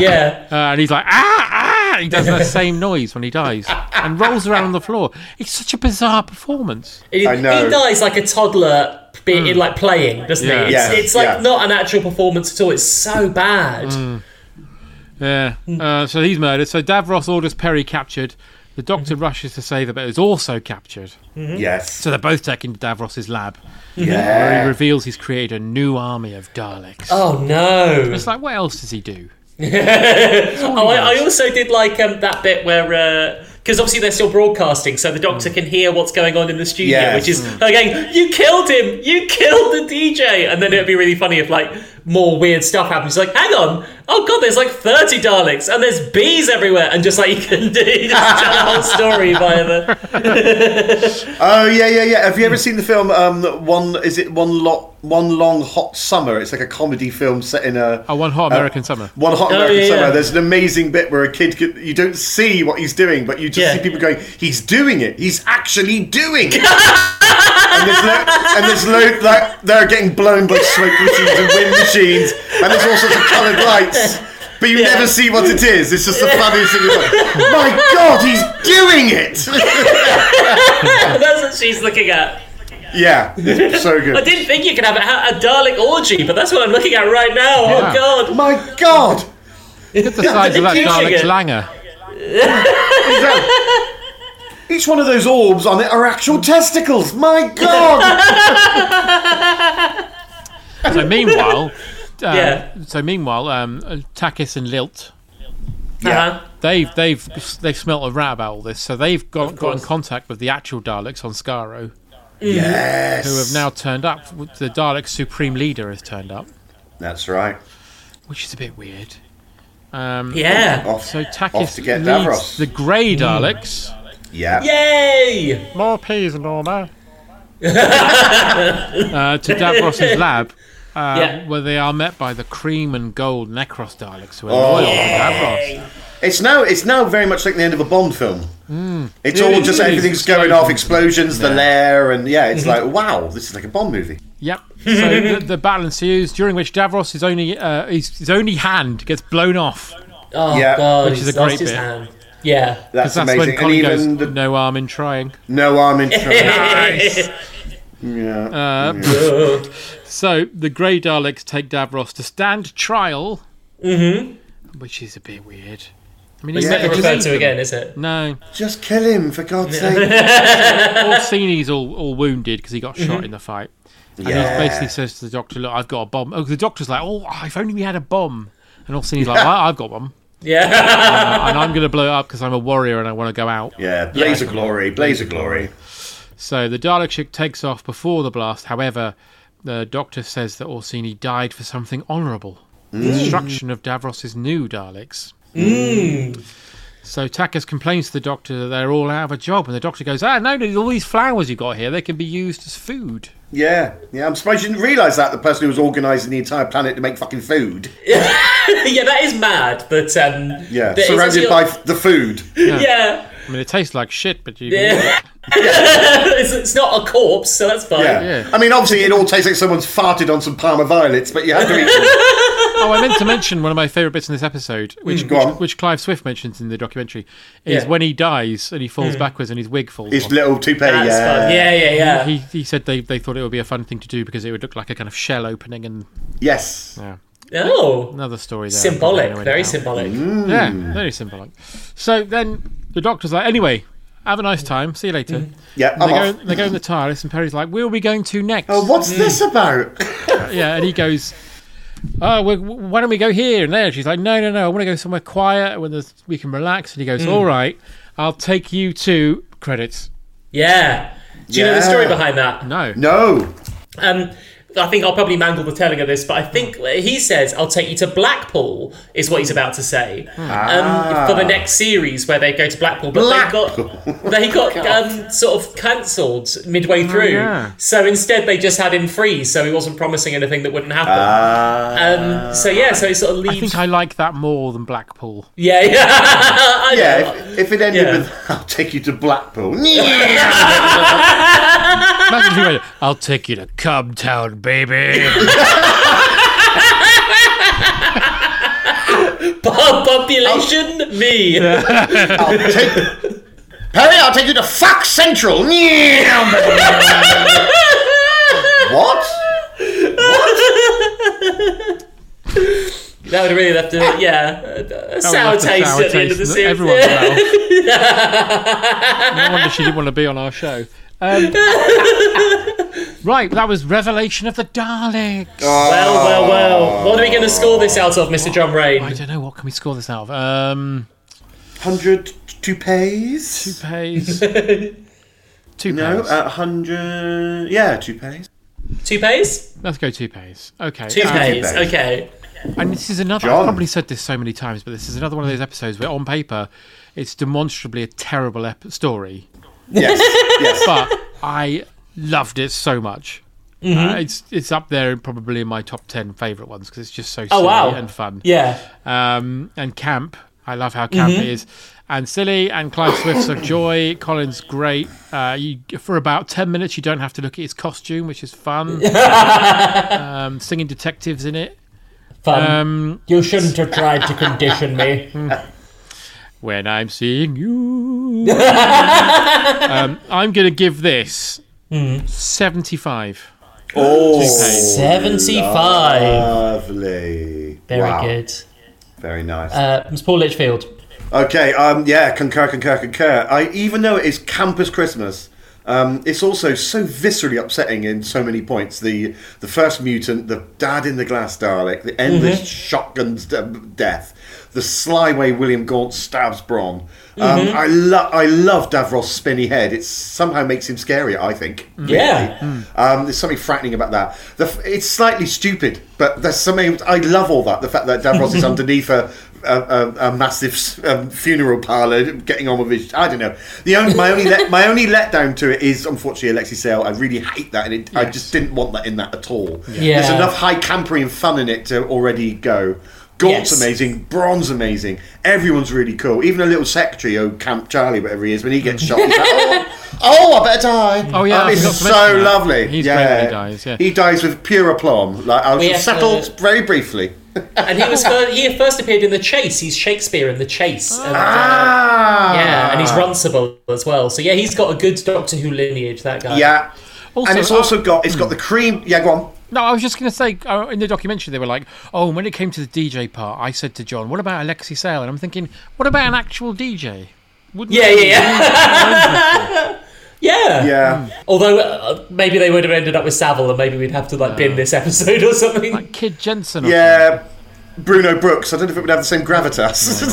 Yeah.
Uh, and he's like, ah, ah! He does that same noise when he dies and rolls around on the floor. It's such a bizarre performance.
He,
I know.
he dies like a toddler being in like playing, doesn't
Hmm. Yeah.
he? It's,
Yeah,
it's like
yeah.
not an actual performance at all. It's so bad.
Hmm. Yeah. Uh, so he's murdered. So Davros orders Perry captured. The doctor rushes to save her, but is also captured.
yes
So they're both taken to Davros's lab. He
yeah
reveals he's created a new army of Daleks.
Oh no.
It's like, what else does he do?
Oh, I, I also did like um, that bit where uh, because obviously they're still broadcasting, so the
Mm.
doctor can hear what's going on in the studio,
Yes.
which is her going, "You killed him! You killed the DJ!" And then it'd be really funny if like more weird stuff happens. Like, hang on, oh god, there's like thirty Daleks and there's bees everywhere, and just like [LAUGHS] you can do, you just tell the whole story by the [LAUGHS]
Oh yeah, yeah, yeah. Have you
Hmm.
ever seen the film? Um, one is it one lot, one long hot summer? It's like a comedy film set in a uh,
Oh, One Hot American Summer.
one hot American
Oh, yeah,
summer.
yeah.
There's an amazing bit where a kid could, you don't see what he's doing, but you just
Yeah.
see people going, "He's doing it. He's actually doing
[LAUGHS]
it." and there's lo- and there's lo- like they're getting blown by smoke machines and wind machines, and there's all sorts of coloured lights. But you never see what it is. It's just the funniest thing. You're like, My God, he's doing it! [LAUGHS]
that's what she's looking at.
yeah,
[LAUGHS]
it's so good.
I didn't think you could have a, a Dalek orgy, but that's what I'm looking at right now.
Yeah.
Oh god.
My God!
The size of that
They're teaching
Dalek's
it.
langer.
Each one of those orbs on it are actual testicles. My
[LAUGHS] Uh-huh.
God!
So meanwhile, uh,
Yeah.
So meanwhile, um, Takis and Lilt,
Uh-huh.
they've they've they've smelt a rat about all this, so they've got, got in
course.
contact with the actual Daleks on Skaro,
yes.
who have now turned up. The Dalek Supreme Leader has turned up,
That's right.
which is a bit weird. Um,
Yeah.
Off,
So
off
Takis
to get
leads
Davros.
the Grey Daleks.
yeah.
Yay!
Hmm. More peas, [LAUGHS] Norma. uh, to Davros's lab, [LAUGHS] uh,
Yeah.
where they are met by the cream and gold Necros Daleks, who are
Oh.
loyal to Davros.
It's now it's now very much like the end of a Bond film.
Hmm.
It's all just
Yeah,
everything's going off, explosions, the lair, and yeah,
Mm-hmm.
it's like wow, this is like a Bond movie.
Yep. So the, the battle ensues, during which Davros is only uh, his, his only hand gets blown off.
Oh
Yeah.
god,
Which is
he's
a
lost
great
his
bit.
hand. Yeah.
Because
That's,
that's
amazing.
when
And
Colin goes,
even the
no harm in trying.
no
[LAUGHS]
arm in
[LAUGHS]
nice. Yeah.
Uh. So the Grey Daleks take Davros to stand trial, mm-hmm. which is a bit weird. I mean, he
Yeah,
met
Never
Because
referred to again, is it?
No.
Just kill him for
[LAUGHS]
God's sake.
Orsini's all, all wounded because he got shot in the fight. And
Mm-hmm. Yeah.
he basically says to the doctor, Look, I've got a bomb. Oh, the doctor's like, Oh, if only we had a bomb. And Orsini's like, well, I've got one.
Yeah. [LAUGHS]
Uh, and I'm going to blow it up because I'm a warrior and I want to go out.
Yeah, blaze of glory, blaze of glory.
So the Dalek ship takes off before the blast. However, the doctor says that Orsini died for something honourable the destruction of Davros's new Daleks. So Takas complains to the doctor that they're all out of a job. And the doctor goes, Ah, no, all these flowers you got here, they can be used as food.
Yeah, yeah. I'm surprised you didn't realise that the person who was organising the entire planet to make fucking food.
yeah, that is mad, but um
Yeah,
that is
surrounded
actually-
by f- the
[LAUGHS]
food.
Yeah.
I mean, it tastes like shit, but you.
it's, it's not a corpse, so that's fine.
Yeah.
Yeah.
I mean, obviously, it all tastes like someone's farted on some Parma violets, but you have to eat them.
Oh, I meant to mention one of my favourite bits in this episode,
[LAUGHS]
which
go on.
which, which Clive Swift mentions in the documentary, is
Yeah.
when he dies and he falls backwards and his wig falls
It's
off.
little toupee.
That's
yeah.
fun. Yeah, yeah, yeah.
He, he said they, they thought it would be a fun thing to do because it would look like a kind of shell opening and
Yes.
oh.
another story there.
Symbolic,
Anyway,
very
now.
symbolic.
Mm-hmm.
Yeah,
Hmm.
very symbolic. So then the doctor's like, anyway, have a nice time. See you later.
Hmm.
Yeah.
And
I'm
They go,
off.
they go in the TARDIS and Perry's like, where are we going to next?
Oh,
Hmm.
what's this about?
Yeah, and he goes, "Oh, we why don't we go here and there?" She's like, "No, no, no, I want to go somewhere quiet where there's, we can relax." And he
Hmm.
goes, "All right, I'll take you to credits."
Yeah. Do you know the
Yeah.
story behind that?
No,
No.
Um, I think I'll probably mangle the telling of this, but I think he says, I'll take you to Blackpool, is what he's about to say. Um, for the next series where they go to Blackpool. But they got, they got um, sort of cancelled midway through.
yeah.
So instead, they just had him free, so he wasn't promising anything that wouldn't happen.
Uh,
um, so yeah, so it sort of leaves.
I think I like that more than Blackpool.
yeah, yeah. [LAUGHS] I know.
Yeah. If, if it ended
Yeah.
with, [LAUGHS] I'll take you to
[LAUGHS]
Blackpool. Yeah.
Imagine if he went, "I'll take you to Cub Town, baby."
[LAUGHS]
Pop- Population, me.
I'll
[LAUGHS]
take. Perry, I'll take you to Fuck Central.
[LAUGHS]
Yeah. what?
That would really left a, yeah, a- a sour
That's a
taste
sour
at the end of the
taste in
series.
Everyone's mouth.
[LAUGHS]
no wonder she didn't want to be on our show. Um, [LAUGHS] right, that was Revelation of the Daleks.
Well, well,
Oh.
well. What are we going to score this out of, Mr. John Rain?
I don't know what can we score this out of. Um,
hundred toupees. [LAUGHS]
Toupees. Toupees.
No, uh, a hundred. Yeah, toupees.
Toupees?
Let's go toupees. Okay. um,
Toupees,
toupees.
okay.
And this is another.
John.
I've probably said this so many times, but this is another one of those episodes where, on paper, it's demonstrably a terrible ep- story,
Yes, yes.
but I loved it so much.
Mm-hmm.
Uh, it's it's up there probably in my top ten favorite ones because it's just so
Oh,
silly
wow.
and fun.
Yeah. Mm-hmm.
um, and camp. I love how camp it is. And silly and Clive Swift's of joy. Colin's great. Uh, you, for about ten minutes, you don't have to look at his costume, which is
[LAUGHS]
fun. um, singing detectives in it.
Fun.
Um,
you shouldn't have tried to
[LAUGHS]
condition me.
when I'm seeing
[LAUGHS]
you, um, I'm going to give this
Mm-hmm.
seventy-five.
[LAUGHS] Oh,
75.
lovely.
Very
Wow.
good.
Very nice.
Uh, Miss Paul Litchfield.
Okay, um, yeah, concur, concur, concur. I even though it is campus Christmas, um, it's also so viscerally upsetting in so many points. The the first mutant, the dad in the glass Dalek, the endless shotguns d- death, the sly way William Gaunt stabs Bron. Um, I love I love Davros' spinny head. It somehow makes him scarier. I think.
Yeah.
Um, there's something frightening about that. The, f- it's slightly stupid, but there's something. I love all that. The fact that Davros
[LAUGHS]
is underneath a, a, a, a massive s- um, funeral parlor, getting on with his. I don't know. The only my only let, my only letdown to it is unfortunately Alexi Sale. I really hate that, and it, I just didn't want that in that at all.
Yeah.
There's enough high campery and fun in it to already go. Gaunt's
Yes.
amazing, Bron's amazing, everyone's really cool. Even a little secretary, oh Camp Charlie, whatever he is, when he gets shot, he's like, oh, oh, I better
[LAUGHS]
die.
Oh, yeah,
Um,
I
it's
forgot to
so
mention that.
lovely.
He's
yeah.
great when he dies, yeah.
He dies with pure aplomb. Like I
We
was
have
settled
to-
very briefly.
And he was first, he first appeared in The Chase. He's Shakespeare in The Chase. And, uh,
ah,
yeah, and he's runcible as well. So yeah, he's got a good Doctor Who lineage. That guy.
Yeah,
Also, Hmm.
and it's also got it's got the cream. Yeah, go on.
No, I was just going to say uh, in the documentary they were like, "Oh, when it came to the DJ part, I said to John, what about Alexi Sale?" And I'm thinking, what about an actual DJ? Wouldn't
Yeah,
that
yeah,
be
yeah.
amazing?
[LAUGHS]
Hmm.
Yeah.
Yeah,
Although uh, maybe they would have ended up with Savile, and maybe we'd have to like bin this [LAUGHS] episode or something.
like Kid Jensen. or
yeah. Bruno Brooks. I don't know if it would have the same
[LAUGHS]
gravitas.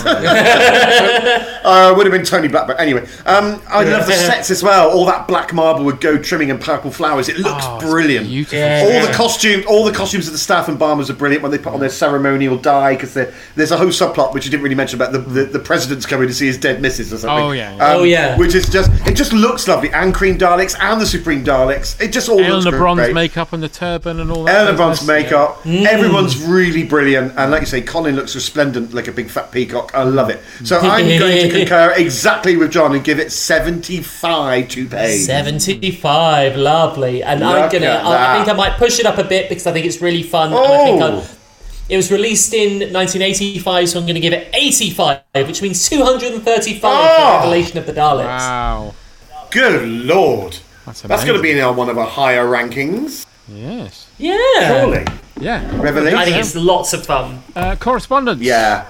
[LAUGHS] uh, would have been Tony Black, but anyway. Um, I love the sets as well. All that black marble with gold trimming and purple flowers. It looks
Oh, it's
brilliant.
beautiful.
all the costumes, all the costumes of the staff and barmers are brilliant when they put on their ceremonial dye because there's a whole subplot which you didn't really mention about the, the, the president's coming to see his dead missus or something. Um,
Oh, yeah, yeah.
Oh, yeah.
Which is just it just looks lovely and cream Daleks and the Supreme Daleks. It just all looks
Eleanor
great.
Bronze makeup and the turban and all that.
Eleanor
business.
Bronze makeup.
Mm.
Everyone's really brilliant, and like you say, Colin looks resplendent like a big fat peacock. I love it. So
[LAUGHS]
I'm going to concur exactly with John and give it 75 to pay.
75 lovely and i'm
Look
gonna
at
I, I think
that.
i might push it up a bit because i think it's really fun and i think
Oh,
i it was released in 1985 so i'm gonna give it 85 which means 235
Oh.
for revelation of the daleks
Wow,
good lord.
that's amazing.
That's going to be in our- one of our higher rankings.
yes,
yeah
Surely.
yeah.
i think
Revelation.
it's lots of fun
Uh, correspondence.
Yeah.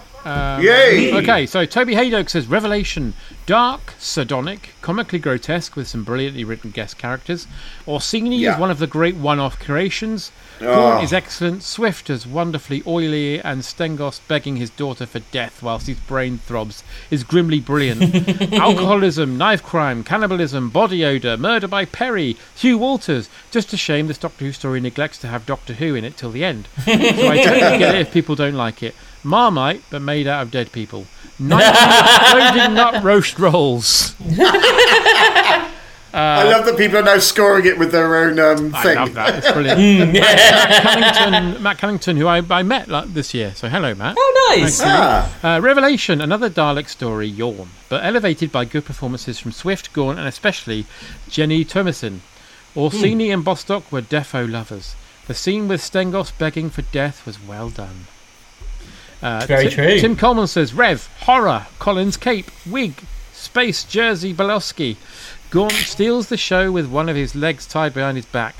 Yay!
Okay, so Toby Haydock says Revelation, dark, sardonic, comically grotesque with some brilliantly written guest characters. Orsini
Yeah. Oh,
is one of the great one off creations. Gaunt is excellent. Swift is wonderfully oily, and Stengos begging his daughter for death whilst his brain throbs is grimly brilliant. Alcoholism, knife crime, cannibalism, body odour, murder by Perry, Hugh Walters. Just a shame this Doctor Who story neglects to have Doctor Who in it till the end. So I totally get it if people don't like it. Marmite, but made out of dead people. 19 [LAUGHS] loading nut roast rolls.
I love that people are now scoring it with their own um,
I
thing.
love that. It's brilliant. Matt, Cunnington, Matt Cunnington, who I, I met like, this year. So hello, Matt.
oh nice
[LAUGHS] Ah,
Uh, Revelation, another Dalek story, yawn, but elevated by good performances from Swift, Gorn, and especially Jenny Thomason. Orsini and Bostock were defo lovers. The scene with Stengos begging for death was well done. Uh,
Very
Ti-
true.
Tim Coleman says Rev, horror, Collins cape, wig, space jersey, Belowski. Gaunt steals the show with one of his legs tied behind his back.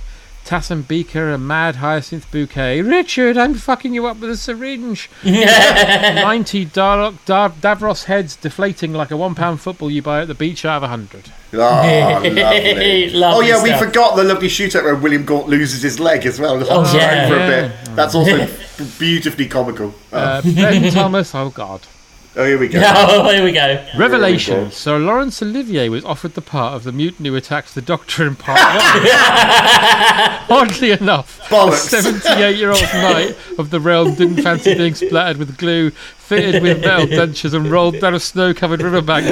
Tassam Beaker, a mad hyacinth bouquet. Richard, I'm fucking you up with a
[LAUGHS]
syringe. 90 Darok, Dar- Davros heads deflating like a one pound football you buy at the beach out of
[LAUGHS]
100.
oh, lovely.
Lovely
oh yeah, we
stuff.
forgot the lovely shootout where William Gaunt loses his leg as well. Oh,
yeah. [LAUGHS]
for a bit. That's also beautifully comical.
Uh,
Uh,
ben Thomas, oh god.
Oh, here
[LAUGHS]
we go.
[LAUGHS] Oh, here we go.
Revelation. Sir Laurence Olivier was offered the part of the mutant who attacks the Doctor in Part
[LAUGHS]
1. Oddly enough,
Bollocks.
the 78 year old knight of the realm didn't fancy being splattered with glue, fitted with
[LAUGHS]
metal dentures, and rolled down a snow covered riverbank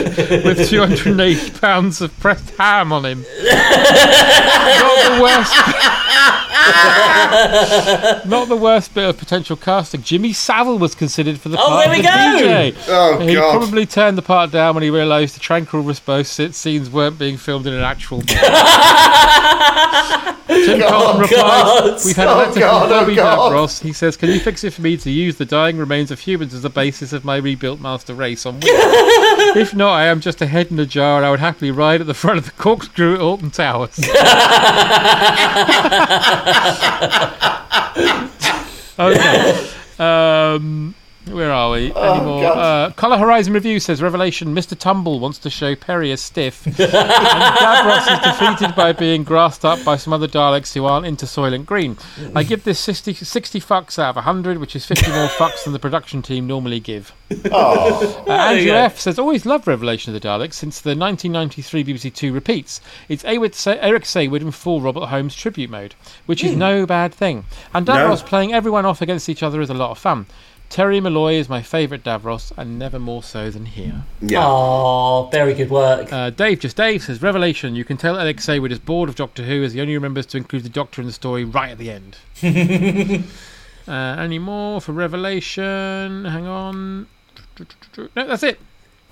with 280 pounds of pressed ham on him. Not the
[LAUGHS]
worst. Not the worst bit of potential casting. Jimmy Savile was considered for the
Oh,
part
there
of
we
the
go.
DJ.
Oh,
He
God.
probably turned the part down when he realised the tranquil response se- scenes weren't being filmed in an
[LAUGHS]
actual movie. Tim Colton replied,
God.
We've had a
Oh,
letter
God,
from
oh,
Bobby
God.
Davros. He says, Can you fix it for me to use the dying remains of humans as the basis of my rebuilt master race on
[LAUGHS]
wheels? if not, I am just a head in a jar and I would happily ride at the front of the corkscrew at Alton
[LAUGHS]
Towers. [LAUGHS] okay. Um, where are we? Any more? Uh, Color Horizon Review says Revelation Mr. Tumble wants to show Perry as stiff. and Davros is defeated by being grassed up by some other Daleks who aren't into Soylent Green. I give this 60, 60 fucks out of 100, which is 50 more fucks than the production team normally give. Uh, Andrew
go.
F says, always loved Revelation of the Daleks since the 1993 BBC Two repeats. It's Awid Sa- Eric Saywood in full Robert Holmes tribute mode, which is no bad thing. And Davros playing everyone off against each other is a lot of fun. Terry Malloy is my favourite Davros, and never more so than here.
Oh, very good work.
Uh, Dave, just Dave, says Revelation. You can tell Alex Saywood is bored of Doctor Who as he only remembers to include the Doctor in the story right at the end. uh, any more for Revelation? Hang on. No, that's it.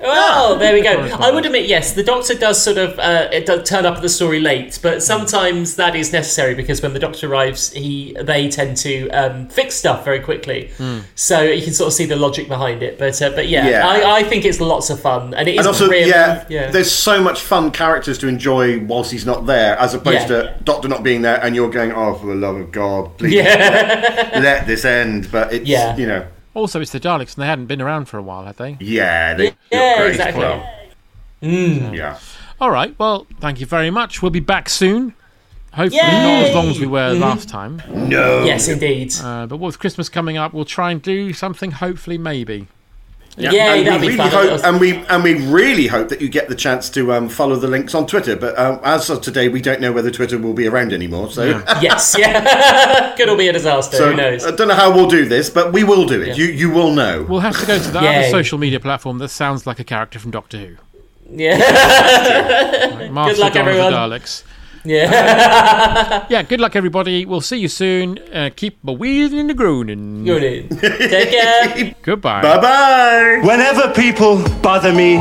Oh, there we go. I would admit, yes, the Doctor does sort of uh, it does turn up at the story late,
Hmm.
but sometimes that is necessary because when the Doctor arrives, he they tend to um, fix stuff very quickly. So you can sort of see the logic behind it. But uh, but yeah,
Hmm. Yeah.
I, I think it's lots of fun, and it is
And also,
really
yeah,
yeah.
there's so much fun characters to enjoy whilst he's not there, as opposed
Yeah.
to Doctor not being there and you're going, oh, for the love of God, please let, let this end. But it's,
Yeah.
you know,
Also, it's the Daleks, and they hadn't been around for a while, had they?
yeah, they
Yeah,
great as
exactly. Mm.
well. Yeah.
All right. Well, thank you very much. We'll be back soon. Hopefully, not
Yay!
as long as we were last time.
yes, indeed.
Uh, but with Christmas coming up, we'll try and do something. Hopefully, maybe.
Yay,
and
that'd
we
be
really
fun.
hope, um, and we and we really hope that you get the chance to um, follow the links on Twitter. But um, as of today, we don't know whether Twitter will be around anymore. So,
yes, yeah, [LAUGHS] could all be a disaster.
so uh,
Who knows?
I don't know how we'll do this, but we will do it. You you will know.
We'll have to go to that
Yay.
other social media platform that sounds like a character from Doctor Who.
yeah, [LAUGHS]
Like Master
luck,
Don of the
everyone.
Daleks.
[LAUGHS]
yeah.
Yeah. Good luck, everybody. We'll see you soon. Uh, keep a wheezing and a groaning.
[LAUGHS]
Good in. Take care.
Goodbye.
bye bye.
Whenever people bother me,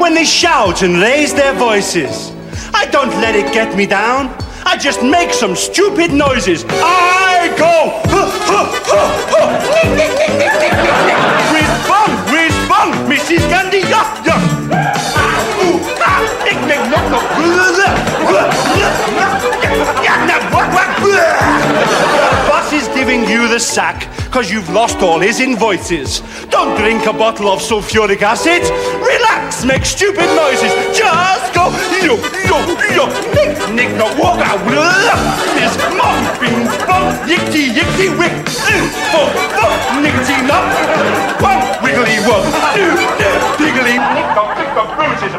when they shout and raise their voices, I don't let it get me down. I just make some stupid noises. I go. respond, [LAUGHS] respond, Mrs. Gandhi. Yuck, yuck. Ah, ooh, ah, nick, nick, knock, knock. Yeah, now, what, what? The boss is giving you the sack because you've lost all his invoices. Don't drink a bottle of sulfuric acid. Relax, make stupid noises. Just go yo yo yo. Nick nick no walk out. This mom bing bong yicky yicky wick. Ew, Bum bum nickety nop. Wum wiggly wum. Doo doo diggly nick no nick no bruises.